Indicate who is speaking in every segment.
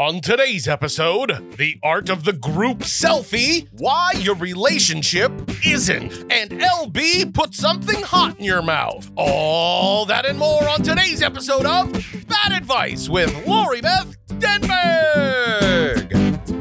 Speaker 1: On today's episode, the art of the group selfie, why your relationship isn't, and LB put something hot in your mouth. All that and more on today's episode of Bad Advice with Lori Beth Denberg.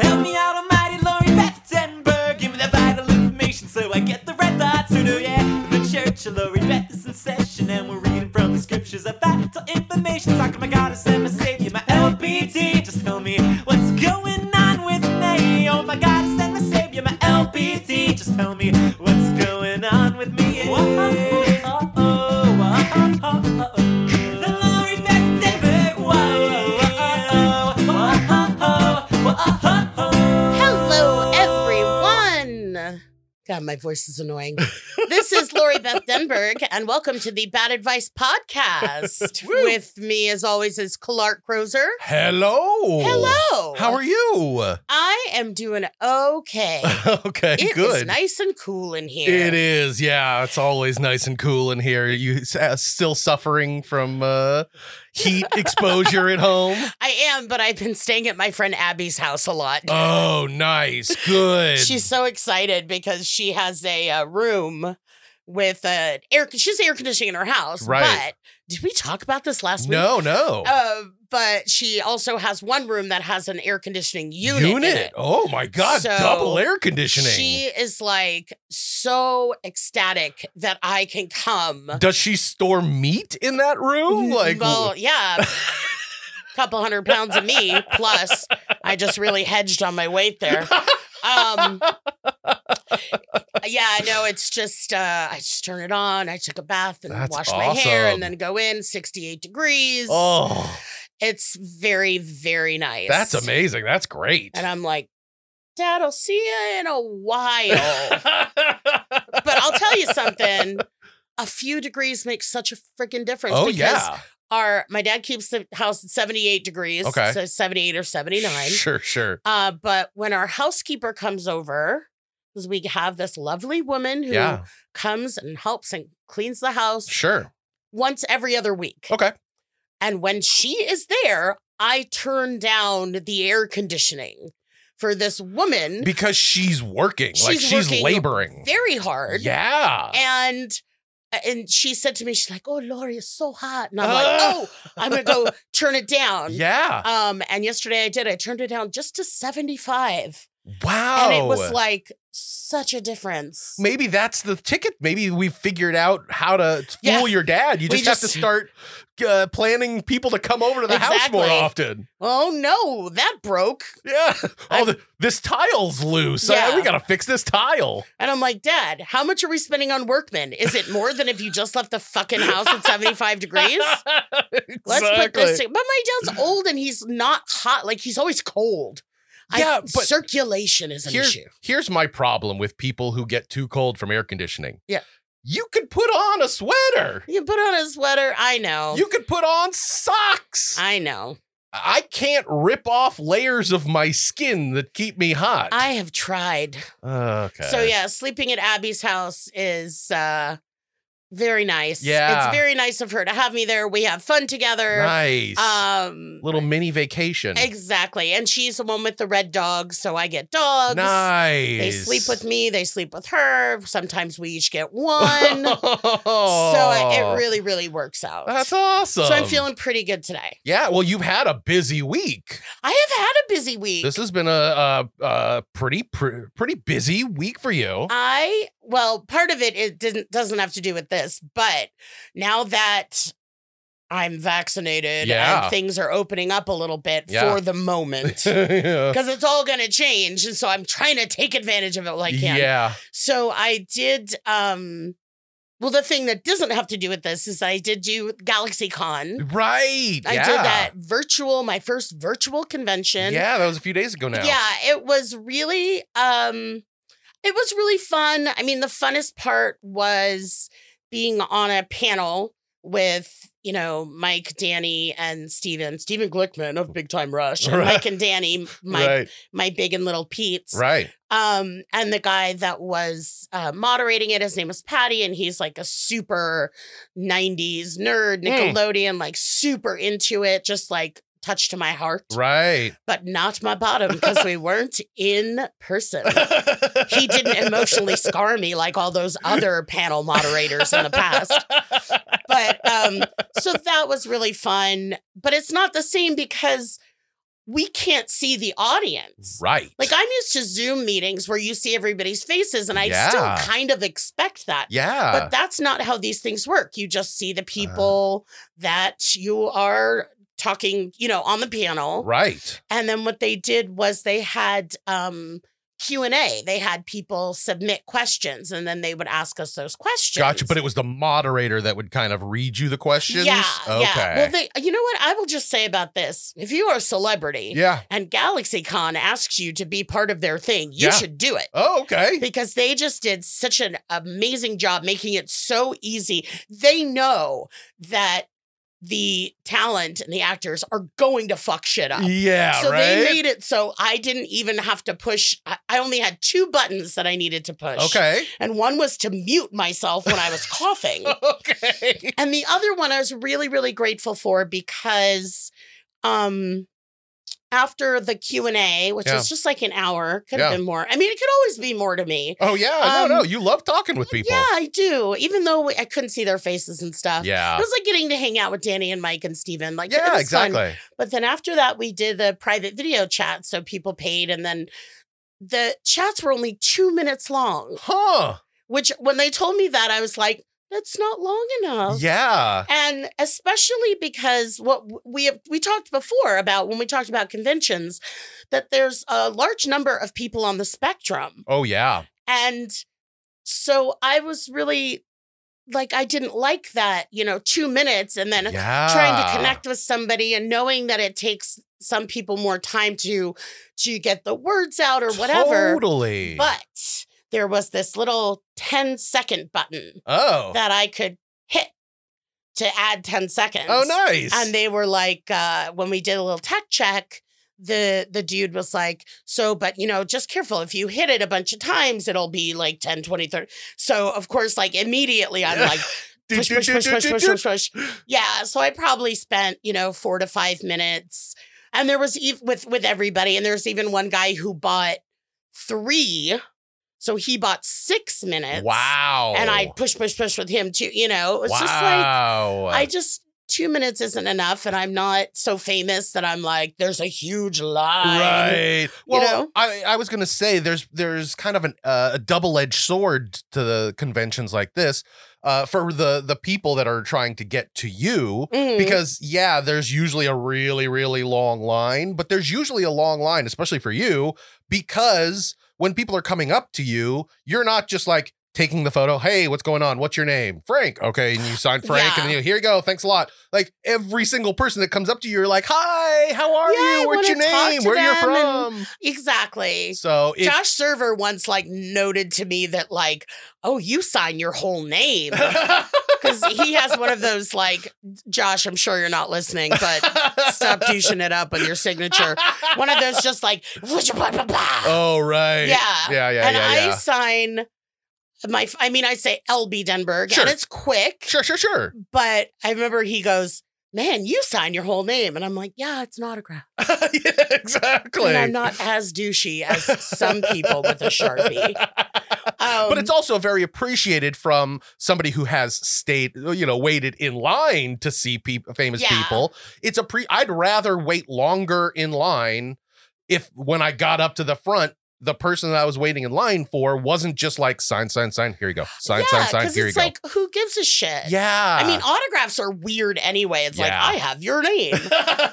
Speaker 2: Help me out, almighty Lori Bettenberg. Give me that vital information so I get the red thought sooner, yeah. The church of Lori Beth is in session, and we're reading from the scriptures of vital information. Talking to my goddess and my savior, my LBT. Just tell me what's going on with me. Oh, my goddess and my savior, my LBT. Just tell me what's going on with me. Whoa, oh, oh, oh, oh, oh, oh. The Lori Bettenberg, whoa, oh, oh, oh, oh, oh, oh, oh, oh.
Speaker 3: Hello, everyone. God, my voice is annoying. this is Lori Beth Denberg, and welcome to the Bad Advice Podcast. With me, as always, is Clark Crozer.
Speaker 1: Hello.
Speaker 3: Hello.
Speaker 1: How are you?
Speaker 3: I am doing okay.
Speaker 1: okay,
Speaker 3: It is
Speaker 1: good.
Speaker 3: nice and cool in here.
Speaker 1: It is, yeah. It's always nice and cool in here. You s- uh, still suffering from uh, heat exposure at home?
Speaker 3: I am, but I've been staying at my friend Abby's house a lot.
Speaker 1: Oh, nice. Good.
Speaker 3: She's so excited because she has a uh, room with uh, air. She's air conditioning in her house.
Speaker 1: Right.
Speaker 3: But did we talk about this last week?
Speaker 1: no, no.
Speaker 3: Uh, but she also has one room that has an air conditioning unit. in it.
Speaker 1: Oh my god,
Speaker 3: So,
Speaker 1: double air conditioning.
Speaker 3: She is like so ecstatic that I can come.
Speaker 1: Does she store meat in that room? Like
Speaker 3: Mm, well, yeah. couple hundred pounds of me plus I just really hedged on my weight there. Um yeah, no, it's just uh I just turn it on, I took a bath and
Speaker 1: That's
Speaker 3: wash my hair
Speaker 1: awesome.
Speaker 3: and then go in 68 degrees.
Speaker 1: Oh,
Speaker 3: It's very very nice.
Speaker 1: that's amazing. That's great.
Speaker 3: And I'm like, Dad, I'll see you in a while. but I'll tell you something. A few degrees makes such a freaking difference.
Speaker 1: oh
Speaker 3: because
Speaker 1: yeah.
Speaker 3: Our my dad keeps the house at 78 degrees.
Speaker 1: Okay.
Speaker 3: So 78 or 79.
Speaker 1: Sure, sure.
Speaker 3: Uh, but when our housekeeper comes over, because we have this lovely woman who
Speaker 1: Yeah.
Speaker 3: comes and helps and cleans the house
Speaker 1: Sure.
Speaker 3: once every other week.
Speaker 1: Okay.
Speaker 3: And when she is there, I turn down the air conditioning for this woman
Speaker 1: Because she's working. like
Speaker 3: She's
Speaker 1: she's
Speaker 3: working
Speaker 1: laboring.
Speaker 3: very hard.
Speaker 1: Yeah.
Speaker 3: And uh, and she said to me, she's like, "Oh, Lori, it's so hot," and I'm like, "Oh, I'm gonna go turn it down."
Speaker 1: yeah.
Speaker 3: Um. And yesterday I did. I turned it down just to 75,
Speaker 1: wow.
Speaker 3: um, and it
Speaker 1: Oh.
Speaker 3: was like such a difference.
Speaker 1: Maybe that's the ticket. Maybe we figured out how to fool
Speaker 3: Yeah.
Speaker 1: your dad. You
Speaker 3: We
Speaker 1: just, have
Speaker 3: just-
Speaker 1: to start uh, planning people to come over to the house more
Speaker 3: Exactly.
Speaker 1: often.
Speaker 3: oh no, that broke.
Speaker 1: Yeah. Oh, the, this tile's loose. Uh,
Speaker 3: Yeah.
Speaker 1: we got to fix this tile.
Speaker 3: And I'm like, Dad, how much are we spending on workmen? Is it more than if you just left the fucking house at 75 degrees? Let's put this. To- but my dad's old and he's not hot. Like he's always cold.
Speaker 1: Yeah,
Speaker 3: I,
Speaker 1: but-
Speaker 3: circulation is an
Speaker 1: Here-
Speaker 3: issue.
Speaker 1: Here's my problem with people who get too cold from air conditioning.
Speaker 3: Yeah.
Speaker 1: You could put on a sweater.
Speaker 3: You put on a sweater. I know.
Speaker 1: You could put on socks. I,
Speaker 3: I know.
Speaker 1: can't rip off layers of my skin that keep me hot.
Speaker 3: I have tried.
Speaker 1: okay.
Speaker 3: So yeah, sleeping at Abby's house is uh very nice.
Speaker 1: Yeah.
Speaker 3: It's very nice of her to have me there. We have fun together.
Speaker 1: Nice.
Speaker 3: Um
Speaker 1: Little mini vacation.
Speaker 3: exactly. And she's the one with the red dog, so I get dogs.
Speaker 1: Nice.
Speaker 3: They sleep with me, they sleep with her. Sometimes we each get one. so
Speaker 1: so
Speaker 3: it, it really really works out.
Speaker 1: That's awesome.
Speaker 3: so I'm feeling pretty good today.
Speaker 1: Yeah, well, you've had a busy week.
Speaker 3: I have had a busy week.
Speaker 1: This has been a, a, a pretty pr- pretty busy week for you.
Speaker 3: I well, part of it it didn't doesn't have to do with this, but now that I'm vaccinated
Speaker 1: Yeah.
Speaker 3: and things are opening up a little bit
Speaker 1: Yeah.
Speaker 3: for the moment.
Speaker 1: yeah.
Speaker 3: Because it's all gonna change. And so I'm trying to take advantage of it while I can.
Speaker 1: yeah.
Speaker 3: So I did um Well, the thing that doesn't have to do with this is I did do GalaxyCon.
Speaker 1: Right.
Speaker 3: I
Speaker 1: yeah.
Speaker 3: did that virtual, my first virtual convention.
Speaker 1: Yeah, that was a few days ago now.
Speaker 3: Yeah, it was really um it was really fun. I mean, the funnest part was being on a panel with, you know, Mike, Danny, and Steven. Steven Glickman of Big Time Rush. And
Speaker 1: Right.
Speaker 3: Mike and Danny, my
Speaker 1: right.
Speaker 3: my big and little Pete's.
Speaker 1: Right.
Speaker 3: Um, and the guy that was uh, moderating it, his name was Patty, and he's like a super 90s nerd,
Speaker 1: Mm.
Speaker 3: Nickelodeon, like super into it, just like touch to my heart,
Speaker 1: Right.
Speaker 3: but not my bottom because we weren't in person. He didn't emotionally scar me like all those other panel moderators in the past. But um, so that was really fun. But it's not the same because we can't see the audience.
Speaker 1: Right.
Speaker 3: Like I'm used to Zoom meetings where you see everybody's faces, and I
Speaker 1: Yeah.
Speaker 3: still kind of expect that.
Speaker 1: yeah. Uh-huh.
Speaker 3: But that's not how these things work. You just see the people that you are talking, you know, on the panel.
Speaker 1: right.
Speaker 3: And then what they did was they had um Q&A. They had people submit questions and then they would ask us those questions.
Speaker 1: Gotcha. But it was the moderator that would kind of read you the questions.
Speaker 3: Yeah,
Speaker 1: Okay.
Speaker 3: yeah. Well, they, you know what I will just say about this? If you are a celebrity
Speaker 1: Yeah.
Speaker 3: and GalaxyCon asks you to be part of their thing, you
Speaker 1: Yeah.
Speaker 3: should do it
Speaker 1: Oh, okay.
Speaker 3: because they just did such an amazing job making it so easy. They know that the talent and the actors are going to fuck shit up.
Speaker 1: Yeah.
Speaker 3: so
Speaker 1: right.
Speaker 3: they made it so I didn't even have to push. I I only had two buttons that I needed to push.
Speaker 1: okay.
Speaker 3: And one was to mute myself when I was coughing.
Speaker 1: okay.
Speaker 3: And the other one I was really, really grateful for because um after the Q&A, which
Speaker 1: Yeah.
Speaker 3: was just like an hour, could have
Speaker 1: Yeah.
Speaker 3: been more. I mean, it could always be more to me.
Speaker 1: Oh yeah.
Speaker 3: Um,
Speaker 1: no, no. You love talking with people.
Speaker 3: Yeah, I do. Even though I couldn't see their faces and stuff. It
Speaker 1: Yeah.
Speaker 3: was like getting to hang out with Danny and Mike and Steven. Like, it was
Speaker 1: Yeah.
Speaker 3: fun.
Speaker 1: Exactly.
Speaker 3: But then after that, we did the private video chat. So people paid. And then the chats were only two minutes long,
Speaker 1: Huh.
Speaker 3: which when they told me that, I was like, that's not long enough.
Speaker 1: Yeah.
Speaker 3: And especially because what w- we have we talked before about when we talked about conventions, that there's a large number of people on the spectrum.
Speaker 1: Oh yeah.
Speaker 3: And so I was really like, I didn't like that, you know, two minutes and then
Speaker 1: Yeah.
Speaker 3: trying to connect with somebody and knowing that it takes some people more time to to get the words out or whatever.
Speaker 1: Totally.
Speaker 3: But there was this little 10 second button
Speaker 1: oh.
Speaker 3: that I could hit to add 10 seconds.
Speaker 1: oh nice.
Speaker 3: And they were like, uh, when we did a little tech check, the the dude was like, so, but you know, just careful. If you hit it a bunch of times, it'll be like 10, 20, 30. So of course, like immediately I'm like,
Speaker 1: Do,
Speaker 3: push,
Speaker 1: do,
Speaker 3: push,
Speaker 1: do,
Speaker 3: push,
Speaker 1: do,
Speaker 3: push,
Speaker 1: do,
Speaker 3: push,
Speaker 1: do.
Speaker 3: push, push. Yeah. So I probably spent, you know, four to five minutes. And there was ev- with with everybody, and there's even one guy who bought three. So he bought six minutes.
Speaker 1: Wow.
Speaker 3: And I push, push, push with him too. You know, it was just like
Speaker 1: wow.
Speaker 3: I just two minutes isn't enough, and I'm not so famous that I'm like, there's a huge line.
Speaker 1: Right. Well,
Speaker 3: know?
Speaker 1: I, I was going to say there's there's kind of an, uh, a double edged sword to the conventions like this uh, for the the people that are trying to get to you
Speaker 3: Mhm.
Speaker 1: because yeah, there's usually a really really long line, but there's usually a long line, especially for you, because when people are coming up to you, you're not just like taking the photo. Hey, what's going on? What's your name? Frank. Okay, and you sign Frank,
Speaker 3: Yeah.
Speaker 1: and you here you go. Thanks a lot. Like every single person that comes up to you, you're like, hi, how are
Speaker 3: Yeah, I
Speaker 1: you? What's
Speaker 3: wanna
Speaker 1: your
Speaker 3: talk
Speaker 1: name?
Speaker 3: to
Speaker 1: Where you're
Speaker 3: them
Speaker 1: from?
Speaker 3: and- exactly.
Speaker 1: so it,
Speaker 3: Josh Server once like noted to me that like, oh, you sign your whole name. because he has one of those like Josh. I'm sure you're not listening, but stop douching it up with your signature. One of those just like blah, blah, blah, blah.
Speaker 1: Oh right.
Speaker 3: Yeah.
Speaker 1: Yeah. Yeah.
Speaker 3: and
Speaker 1: yeah.
Speaker 3: I
Speaker 1: yeah.
Speaker 3: sign my. I mean, I say LB Denberg,
Speaker 1: Sure.
Speaker 3: and it's quick.
Speaker 1: Sure. Sure. Sure.
Speaker 3: But I remember he goes, "Man, you sign your whole name," and I'm like, "Yeah, it's an autograph."
Speaker 1: yeah. Exactly.
Speaker 3: And I'm not as douchey as some people with a sharpie. Um,
Speaker 1: but it's also very appreciated from somebody who has stayed, you know, waited in line to see peop famous
Speaker 3: Yeah.
Speaker 1: people. It's a pre. I'd rather wait longer in line if when I got up to the front, the person that I was waiting in line for wasn't just like sign, sign, sign. Here you go. Sign,
Speaker 3: yeah,
Speaker 1: sign, sign.
Speaker 3: because
Speaker 1: Here you
Speaker 3: it's
Speaker 1: go.
Speaker 3: like, who gives a shit?
Speaker 1: yeah.
Speaker 3: I mean, autographs are weird anyway. It's like
Speaker 1: Yeah.
Speaker 3: I have your name.
Speaker 1: mean,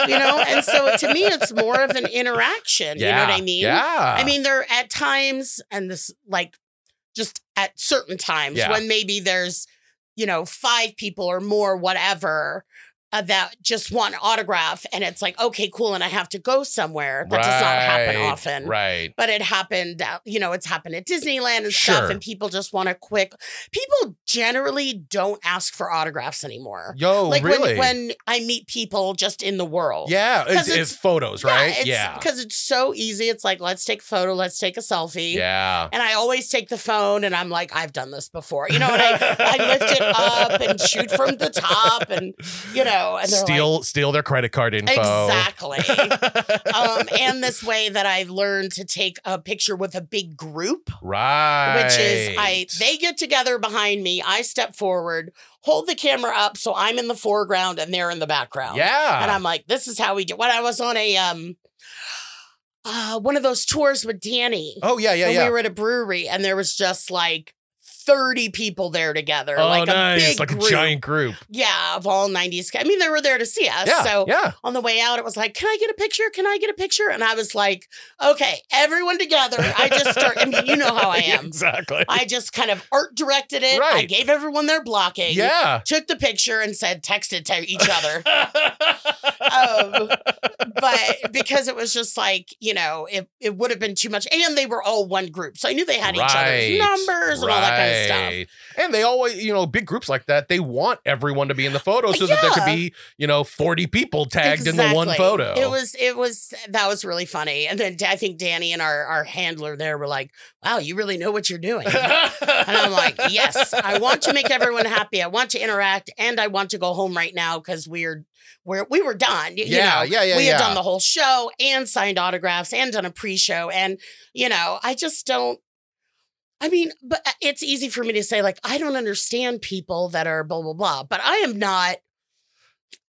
Speaker 3: you know and so to me it's more of an interaction you know what i mean
Speaker 1: Yeah.
Speaker 3: i mean there at times and this like just at certain times
Speaker 1: Yeah.
Speaker 3: when maybe there's you know, five people or more, whatever, uh, that just want an autograph. And it's like, okay, cool. And I have to go somewhere. That does not happen
Speaker 1: Right,
Speaker 3: often.
Speaker 1: Right.
Speaker 3: But it happened, at- you know, it's happened at Disneyland and
Speaker 1: Sure.
Speaker 3: stuff. And people just want a quick, people generally don't ask for autographs anymore.
Speaker 1: Yo,
Speaker 3: like
Speaker 1: Oh, really?
Speaker 3: when, when I meet people just in the world.
Speaker 1: yeah, it's,
Speaker 3: 'Cause
Speaker 1: it's,
Speaker 3: it's-
Speaker 1: photos, right?
Speaker 3: Yeah.
Speaker 1: Yeah.
Speaker 3: Because it's so easy. It's like, let's take a photo, let's take a selfie.
Speaker 1: Yeah.
Speaker 3: And I always take the phone and I'm like, I've done this before. You know, and I, I lift it up and shoot from the top and, you know, and they're like,
Speaker 1: steal steal their credit card info.
Speaker 3: exactly. um, and this way that I've learned to take a picture with a big group,
Speaker 1: right.
Speaker 3: which is I they get together behind me, I step forward, hold the camera up so I'm in the foreground and they're in the background.
Speaker 1: Yeah.
Speaker 3: And I'm like, this is how we do. When I was on a um, uh, one of those tours with Danny
Speaker 1: Oh yeah, yeah,
Speaker 3: when
Speaker 1: yeah.
Speaker 3: we were at a brewery, and there was just like. 30 people there together.
Speaker 1: oh
Speaker 3: like a
Speaker 1: nice,
Speaker 3: big
Speaker 1: like
Speaker 3: group.
Speaker 1: a giant group.
Speaker 3: Yeah, of all 90s. I mean, they were there to see us.
Speaker 1: Yeah.
Speaker 3: so
Speaker 1: yeah.
Speaker 3: on the way out, it was like, Can I get a picture? Can I get a picture? And I was like, Okay, everyone together. I just start, I mean, you know how oh, I
Speaker 1: Yeah,
Speaker 3: am.
Speaker 1: exactly.
Speaker 3: I just kind of art directed it. I
Speaker 1: Right.
Speaker 3: gave everyone their blocking.
Speaker 1: yeah.
Speaker 3: Took the picture and said, text it to each other. um, but because it was just like you know it, it would have been too much and they were all one group so i knew they had each
Speaker 1: Right,
Speaker 3: other's numbers and all that kind of stuff
Speaker 1: right. And they always, you know, big groups like that, they want everyone to be in the photo so that there could
Speaker 3: Yeah.
Speaker 1: be, you know, 40 people tagged in the one
Speaker 3: Exactly.
Speaker 1: photo.
Speaker 3: It was it was that was really funny. And then I think Danny and our our handler there were like, "Wow, you really know what you're doing." and I'm like, "Yes, I want to make everyone happy. I want to interact, and I want to go home right now because we're we're we were done. You
Speaker 1: Yeah,
Speaker 3: know,
Speaker 1: yeah, yeah,
Speaker 3: We
Speaker 1: yeah.
Speaker 3: had done the whole show and signed autographs and done a pre-show, and you know, I just don't." I mean, but uh, it's easy for me to say, like, I don't understand people that are blah blah blah. But I am not.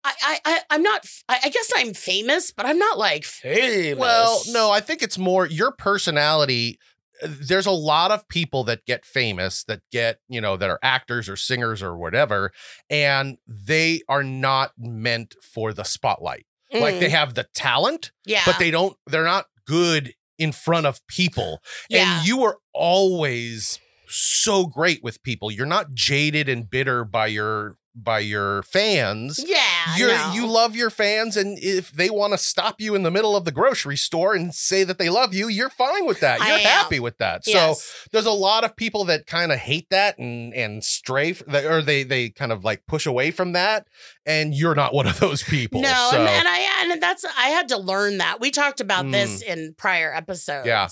Speaker 3: I I, I I'm not. I, I guess I'm famous, but I'm not like famous.
Speaker 1: Well, no, I think it's more your personality. uh, There's a lot of people that get famous that get, you know, that are actors or singers or whatever, and they are not meant for the spotlight. Like they have the talent,
Speaker 3: mm, yeah,
Speaker 1: but they don't they're not good in front of people
Speaker 3: Yeah.
Speaker 1: and you were always so great with people you're not jaded and bitter by your by your fans
Speaker 3: yeah,
Speaker 1: you're,
Speaker 3: no.
Speaker 1: you love your fans and if they want to stop you in the middle of the grocery store and say that they love you you're fine with that
Speaker 3: I
Speaker 1: you're
Speaker 3: am.
Speaker 1: happy with that so
Speaker 3: Yes.
Speaker 1: there's a lot of people that kind of hate that and and stray f- that- or they they kind of like push away from that and you're not one of those people
Speaker 3: No,
Speaker 1: so
Speaker 3: and, and I and that's I had to learn that. We talked about this in prior episodes.
Speaker 1: Mm. Yeah.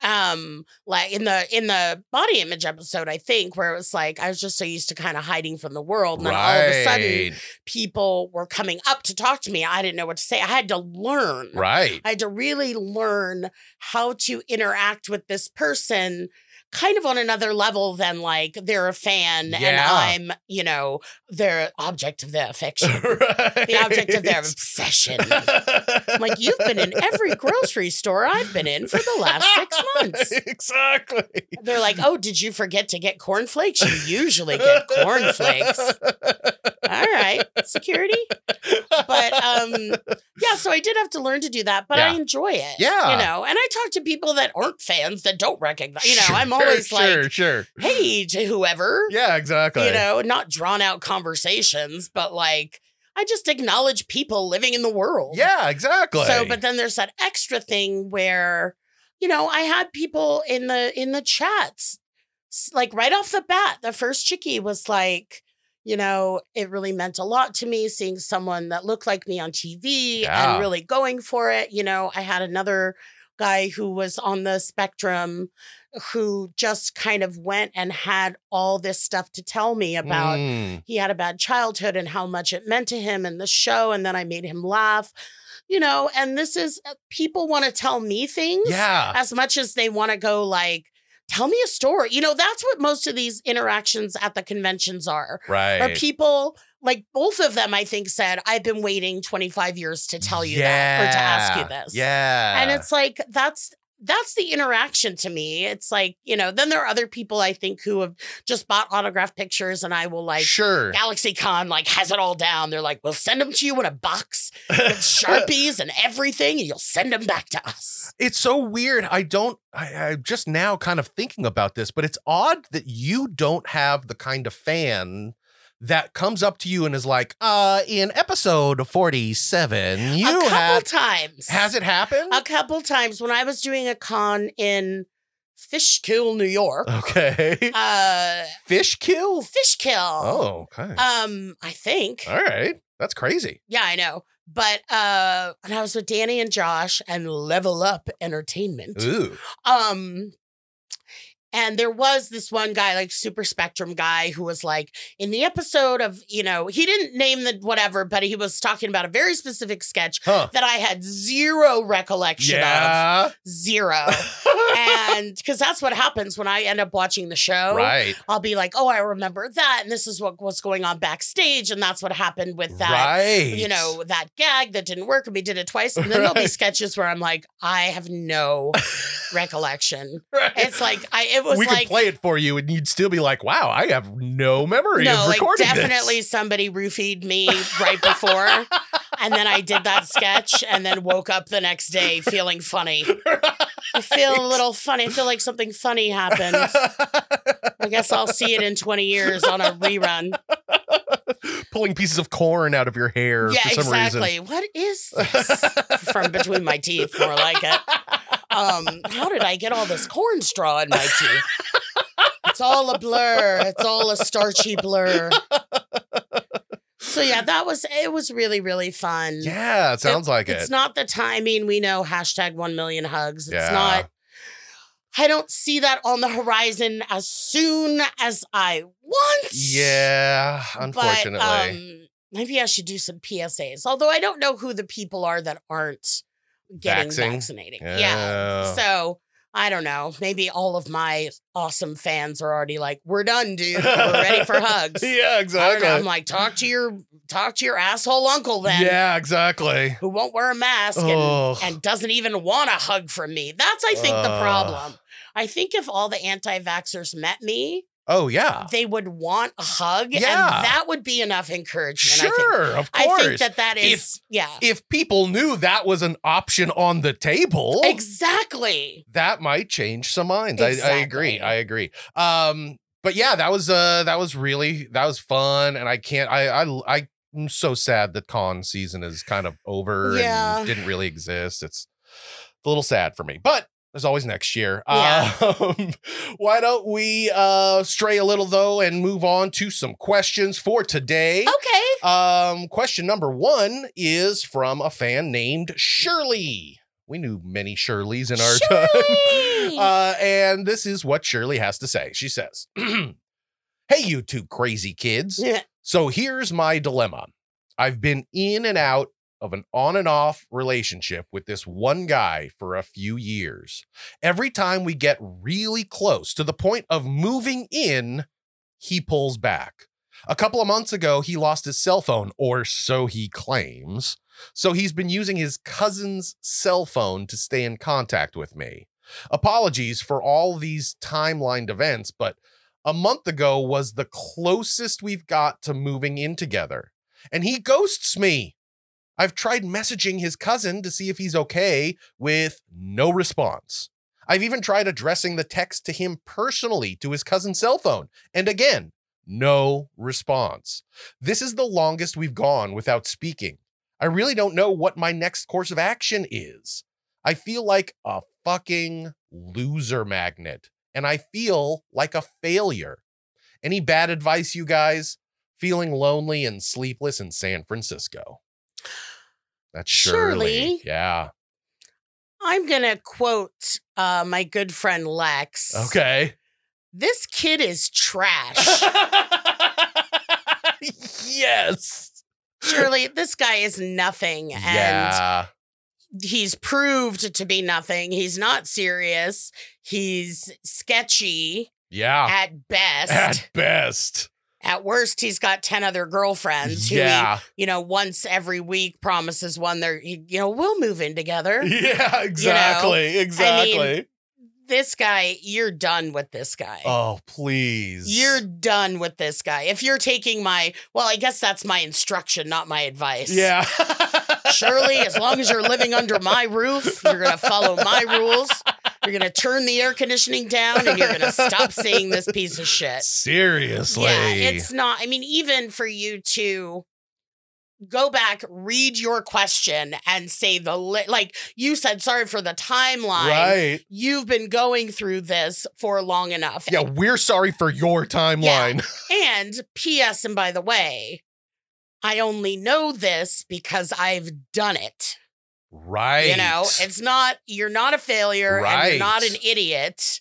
Speaker 3: Um, like in the in the body image episode, I think, where it was like I was just so used to kind of hiding from the world. And then all of a sudden
Speaker 1: Right.
Speaker 3: people were coming up to talk to me. I didn't know what to say. I had to learn.
Speaker 1: right
Speaker 3: I had to really learn how to interact with this person kind of on another level than like they're a fan
Speaker 1: Yeah.
Speaker 3: and I'm, you know, their object of their affection.
Speaker 1: right.
Speaker 3: The object of their obsession. I'm like, you've been in every grocery store I've been in for the last six months.
Speaker 1: exactly.
Speaker 3: They're like, oh, did you forget to get cornflakes? You usually get cornflakes. All right, security. But um, yeah, so I did have to learn to do that, but I
Speaker 1: Yeah.
Speaker 3: enjoy it.
Speaker 1: Yeah.
Speaker 3: You know, and I talk to people that aren't fans that don't recognize, you know, I'm
Speaker 1: Sure,
Speaker 3: always
Speaker 1: sure,
Speaker 3: like,
Speaker 1: sure.
Speaker 3: hey, to whoever,
Speaker 1: Yeah, exactly.
Speaker 3: you know, not drawn out conversations, but like, I just acknowledge people living in the world.
Speaker 1: Yeah, exactly.
Speaker 3: So, but then there's that extra thing where, you know, I had people in the in the chats, s- like right off the bat, the first chickie was like, you know, it really meant a lot to me seeing someone that looked like me on TV
Speaker 1: Yeah.
Speaker 3: and really going for it. You know, I had another guy who was on the spectrum who just kind of went and had all this stuff to tell me about
Speaker 1: Mm,
Speaker 3: he had a bad childhood and how much it meant to him and the show and then i made him laugh you know and this is uh, people want to tell me things
Speaker 1: yeah.
Speaker 3: as much as they want to go like tell me a story you know that's what most of these interactions at the conventions are
Speaker 1: Right.
Speaker 3: are people like both of them i think said i've been waiting 25 years to tell you that or to ask you
Speaker 1: Yeah,
Speaker 3: this
Speaker 1: Yeah.
Speaker 3: and it's like that's that's the interaction to me it's like you know then there are other people i think who have just bought autograph pictures and i will like
Speaker 1: sure.
Speaker 3: Galaxy Con like has it all down. They're like, we'll send them to you in a box with sharpies and everything, and you'll send them back to us.
Speaker 1: It's so weird. I don't, I, I'm just now kind of thinking about this, but it's odd that you don't have the kind of fan that comes up to you and is like, uh, in episode 47,
Speaker 3: a
Speaker 1: you
Speaker 3: couple
Speaker 1: had.
Speaker 3: times.
Speaker 1: Has it happened?
Speaker 3: a couple times when I was doing a con in Fishkill, New York.
Speaker 1: okay.
Speaker 3: Uh,
Speaker 1: Fish kill?
Speaker 3: Fishkill.
Speaker 1: Uh-huh. Oh, okay.
Speaker 3: Um, I think.
Speaker 1: All right. That's crazy.
Speaker 3: Yeah, I know. But uh, and I was with Danny and Josh and Level Up Entertainment.
Speaker 1: Ooh.
Speaker 3: Um, and there was this one guy, like Super Spectrum guy, who was like in the episode of you know he didn't name the whatever, but he was talking about a very specific sketch
Speaker 1: Huh.
Speaker 3: that I had zero recollection
Speaker 1: Yeah.
Speaker 3: of, zero. and because that's what happens when I end up watching the show.
Speaker 1: right.
Speaker 3: I'll be like, oh, I remember that. And this is what was going on backstage. And that's what happened with that,
Speaker 1: right.
Speaker 3: you know, that gag that didn't work. And we did it twice. And then there'll be
Speaker 1: Right.
Speaker 3: sketches where I'm like, I have no recollection.
Speaker 1: Right.
Speaker 3: It's like, I, it was
Speaker 1: we
Speaker 3: like,
Speaker 1: could play it for you and you'd still be like, wow, I have no memory
Speaker 3: no,
Speaker 1: of
Speaker 3: like
Speaker 1: recording this."
Speaker 3: definitely somebody roofied me right before. and then I did that sketch and then woke up the next day feeling funny. I feel a little funny. I feel like something funny happened. I guess I'll see it in 20 years on a rerun.
Speaker 1: Pulling pieces of corn out of your hair for some reason.
Speaker 3: exactly. What is this? From between my teeth, more like it. Um, how did I get all this corn straw in my teeth? It's all a blur. It's all a starchy blur. So yeah, that was it was really, really fun.
Speaker 1: Yeah, it sounds like
Speaker 3: It's
Speaker 1: it.
Speaker 3: not the timing we know, hashtag one million hugs. It's
Speaker 1: Yeah.
Speaker 3: not I don't see that on the horizon as soon as I want.
Speaker 1: yeah, unfortunately.
Speaker 3: um, maybe I should do some PSAs. Although I don't know who the people are that aren't getting
Speaker 1: Vaxing? Oh.
Speaker 3: vaccinated. Yeah. So I don't know. Maybe all of my awesome fans are already like, "We're done, dude. We're ready for hugs."
Speaker 1: yeah,
Speaker 3: I don't
Speaker 1: exactly.
Speaker 3: know. I'm like, talk to your talk to your asshole uncle then,
Speaker 1: yeah, exactly.
Speaker 3: who won't wear a mask
Speaker 1: Ugh.
Speaker 3: and, and doesn't even want a hug from me. That's I think the
Speaker 1: Ugh.
Speaker 3: problem. I think if all the anti-vaxxers met me,
Speaker 1: Oh, yeah.
Speaker 3: they would want a hug, and
Speaker 1: Yeah.
Speaker 3: that would be enough encouragement. I think.
Speaker 1: Sure, of
Speaker 3: I
Speaker 1: course.
Speaker 3: think that that is yeah.
Speaker 1: if people knew that was an option on the table,
Speaker 3: Exactly.
Speaker 1: that might change some minds. I, I
Speaker 3: Exactly.
Speaker 1: agree. I agree. Um, but yeah, that was uh that was really that was fun, and I can't. I I I. am so sad that con season is kind of over
Speaker 3: Yeah.
Speaker 1: and didn't really exist. It's a little sad for me, but there's always next year.
Speaker 3: Yeah.
Speaker 1: Um, why don't we uh, stray a little though and move on to some questions for today?
Speaker 3: Okay.
Speaker 1: Um, question number one is from a fan named Shirley. We knew many Shirleys in our
Speaker 3: Shirley!
Speaker 1: time. Uh, and this is what Shirley has to say. She says, Hey, you two crazy kids.
Speaker 3: Yeah.
Speaker 1: So here's my dilemma I've been in and out of an on and off relationship with this one guy for a few years. Every time we get really close to the point of moving in, he pulls back. A couple of months ago, he lost his cell phone, or so he claims. So he's been using his cousin's cell phone to stay in contact with me. Apologies for all these timelined events, but a month ago was the closest we've got to moving in together. And he ghosts me. I've tried messaging his cousin to see if he's okay with no response. I've even tried addressing the text to him personally to his cousin's cell phone. And again, no response. This is the longest we've gone without speaking. I really don't know what my next course of action is. I feel like a fucking loser magnet, and I feel like a failure. Any bad advice, you guys? Feeling lonely and sleepless in San Francisco. That's Shirley.
Speaker 3: Shirley?
Speaker 1: Yeah.
Speaker 3: I'm gonna quote uh, my good friend Lex.
Speaker 1: Okay.
Speaker 3: This kid is trash.
Speaker 1: yes.
Speaker 3: Shirley, this guy is nothing, and
Speaker 1: yeah.
Speaker 3: he's proved to be nothing. He's not serious. He's sketchy
Speaker 1: Yeah.
Speaker 3: at best.
Speaker 1: At best.
Speaker 3: At worst, he's got ten other girlfriends. who he,
Speaker 1: Yeah.
Speaker 3: you know, once every week promises one. They're you you know we'll move in together.
Speaker 1: Yeah, exactly. exactly.
Speaker 3: This guy, you're done with this guy.
Speaker 1: oh, please.
Speaker 3: You're done with this guy. If you're taking my, well, I guess that's my instruction, not my advice.
Speaker 1: Yeah.
Speaker 3: Surely, as long as you're living under my roof, you're going to follow my rules You're going to turn the air conditioning down and you're going to stop seeing this piece of shit.
Speaker 1: Seriously.
Speaker 3: Yeah, it's not. I mean, even for you to go back, read your question, and say the li- like you said, sorry for the timeline.
Speaker 1: right.
Speaker 3: You've been going through this for long enough.
Speaker 1: Yeah, we're sorry for your timeline.
Speaker 3: And P.S. And by the way, I only know this because I've done it.
Speaker 1: Right.
Speaker 3: You know, it's not you're not a failure and
Speaker 1: Right.
Speaker 3: you're not an idiot.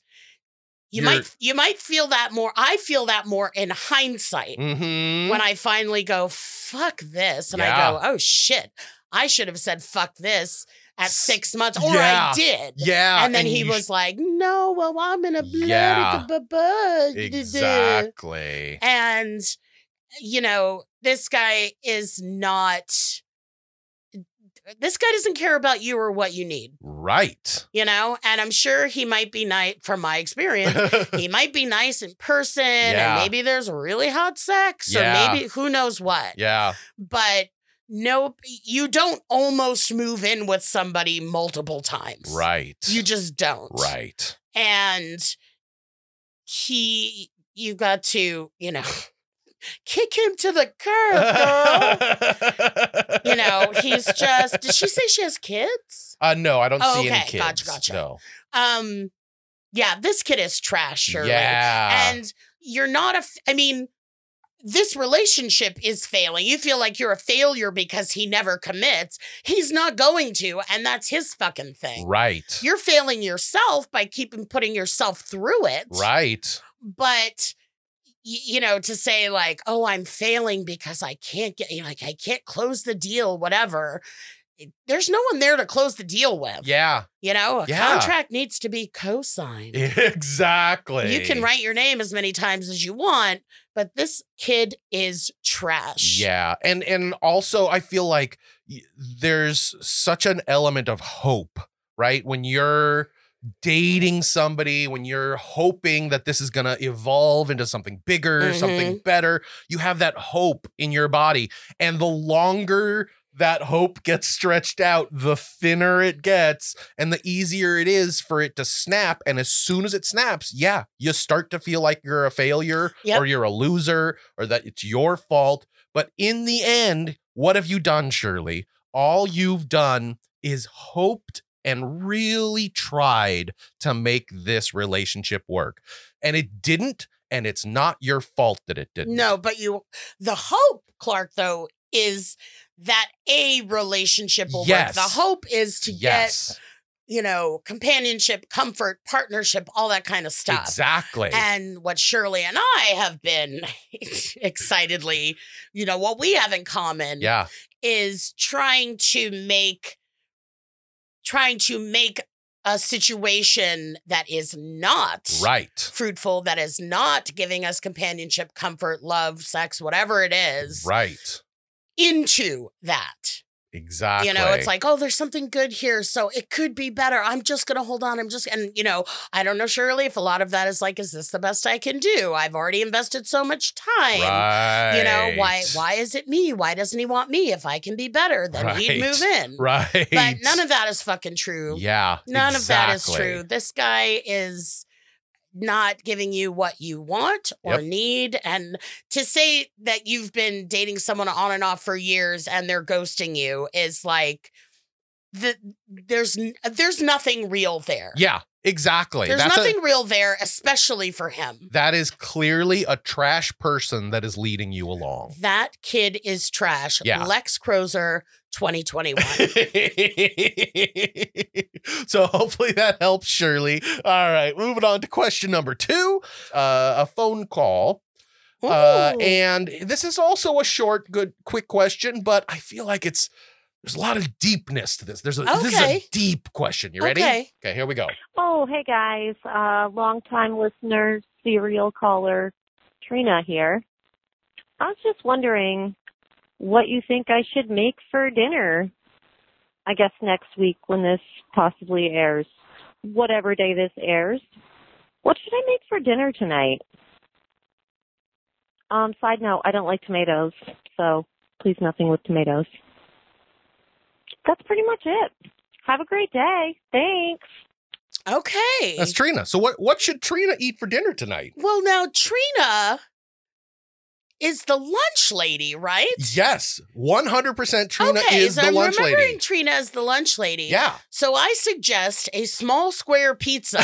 Speaker 3: You
Speaker 1: You're-
Speaker 3: might you might feel that more. I feel that more in hindsight
Speaker 1: Mhm.
Speaker 3: when I finally go, fuck this. And
Speaker 1: Yeah.
Speaker 3: I go, oh shit, I should have said fuck this at
Speaker 1: S-
Speaker 3: six months, or
Speaker 1: yeah.
Speaker 3: I did.
Speaker 1: yeah.
Speaker 3: And then he
Speaker 1: you
Speaker 3: was
Speaker 1: sh-
Speaker 3: like, no, well, I'm in a bloody
Speaker 1: Yeah.
Speaker 3: bu- bu- bu- du- du- du."
Speaker 1: Exactly.
Speaker 3: And, you know, this guy is not, this guy doesn't care about you or what you need,
Speaker 1: Right.
Speaker 3: you know? And I'm sure he might be nice from my experience. he might be nice in person
Speaker 1: Yeah.
Speaker 3: and maybe there's really hot sex
Speaker 1: Yeah.
Speaker 3: or maybe who knows what
Speaker 1: yeah.
Speaker 3: but no you don't almost move in with somebody multiple times
Speaker 1: Right.
Speaker 3: you just don't
Speaker 1: right.
Speaker 3: and he you got to you know kick him to the curb girl you know he's just did she say she has kids
Speaker 1: Uh, no, I don't
Speaker 3: Oh,
Speaker 1: see any
Speaker 3: okay.
Speaker 1: kids.
Speaker 3: Gotcha, gotcha.
Speaker 1: No.
Speaker 3: um yeah this kid is trash surely
Speaker 1: Yeah.
Speaker 3: and you're not a f- i mean this relationship is failing you feel like you're a failure because he never commits he's not going to and that's his fucking thing
Speaker 1: right.
Speaker 3: you're failing yourself by keeping putting yourself through it
Speaker 1: right.
Speaker 3: but y- you know to say like oh i'm failing because i can't get you know, like i can't close the deal whatever there's no one there to close the deal with
Speaker 1: Yeah.
Speaker 3: you know a
Speaker 1: Yeah.
Speaker 3: contract needs to be co-signed
Speaker 1: Exactly.
Speaker 3: you can write your name as many times as you want, but this kid is trash.
Speaker 1: Yeah, and and also I feel like y- there's such an element of hope, right? When you're dating somebody, when you're hoping that this is going to evolve into something bigger, something better, you have that hope in your body. And the longer that hope gets stretched out, the thinner it gets and the easier it is for it to snap. And as soon as it snaps, yeah, you start to feel like you're a failure
Speaker 3: Yep.
Speaker 1: or you're a loser or that it's your fault. But in the end, what have you done, Shirley? All you've done is hoped and really tried to make this relationship work. And it didn't. And it's not your fault that it didn't.
Speaker 3: No, but you, the hope, Clark, though, is that a relationship will
Speaker 1: Yes.
Speaker 3: work. The hope is to
Speaker 1: yes.
Speaker 3: get, you know, companionship, comfort, partnership, all that kind of stuff.
Speaker 1: Exactly.
Speaker 3: And what Shirley and I have been excitedly, you know, what we have in common
Speaker 1: yeah.
Speaker 3: is trying to make trying to make a situation that is not
Speaker 1: Right.
Speaker 3: fruitful that is not giving us companionship comfort love sex whatever it is
Speaker 1: Right.
Speaker 3: into that
Speaker 1: Exactly.
Speaker 3: you know it's like oh there's something good here so it could be better i'm just gonna hold on i'm just and you know i don't know surely if a lot of that is like is this the best i can do i've already invested so much time
Speaker 1: right.
Speaker 3: you know why why is it me why doesn't he want me if i can be better then he'd
Speaker 1: Right.
Speaker 3: move in
Speaker 1: Right.
Speaker 3: but none of that is fucking true
Speaker 1: Yeah.
Speaker 3: none of that is
Speaker 1: exactly.
Speaker 3: true this guy is not giving you what you want or
Speaker 1: Yep.
Speaker 3: need and to say that you've been dating someone on and off for years and they're ghosting you is like the, there's n- there's nothing real there
Speaker 1: Yeah. Exactly.
Speaker 3: there's
Speaker 1: That's a-
Speaker 3: nothing real there especially for him
Speaker 1: that is clearly a trash person that is leading you along.
Speaker 3: That kid is trash.
Speaker 1: Yeah.
Speaker 3: Lex Crozer 2021.
Speaker 1: so hopefully that helps, Shirley. All right, moving on to question number two, uh, a phone call, uh,
Speaker 3: Ooh.
Speaker 1: and this is also a short, good, quick question, but I feel like it's there's a lot of deepness to this. There's a this is a
Speaker 3: Okay.
Speaker 1: deep question. You ready?
Speaker 3: Okay.
Speaker 1: Okay, here we go.
Speaker 4: Oh, hey guys, uh, longtime listener, serial caller, Trina here. I was just wondering what you think I should make for dinner. I guess next week when this possibly airs, whatever day this airs. What should I make for dinner tonight? Um, side note, I don't like tomatoes, so please nothing with tomatoes. That's pretty much it. Have a great day. Thanks.
Speaker 3: Okay.
Speaker 1: That's Trina. So what what should Trina eat for dinner tonight?
Speaker 3: Well, now Trina is the lunch lady, right?
Speaker 1: Yes, 100% Trina
Speaker 3: okay,
Speaker 1: is
Speaker 3: so
Speaker 1: the
Speaker 3: I'm
Speaker 1: lunch
Speaker 3: remembering
Speaker 1: lady.
Speaker 3: Trina as the lunch lady.
Speaker 1: Yeah.
Speaker 3: So I suggest a small square pizza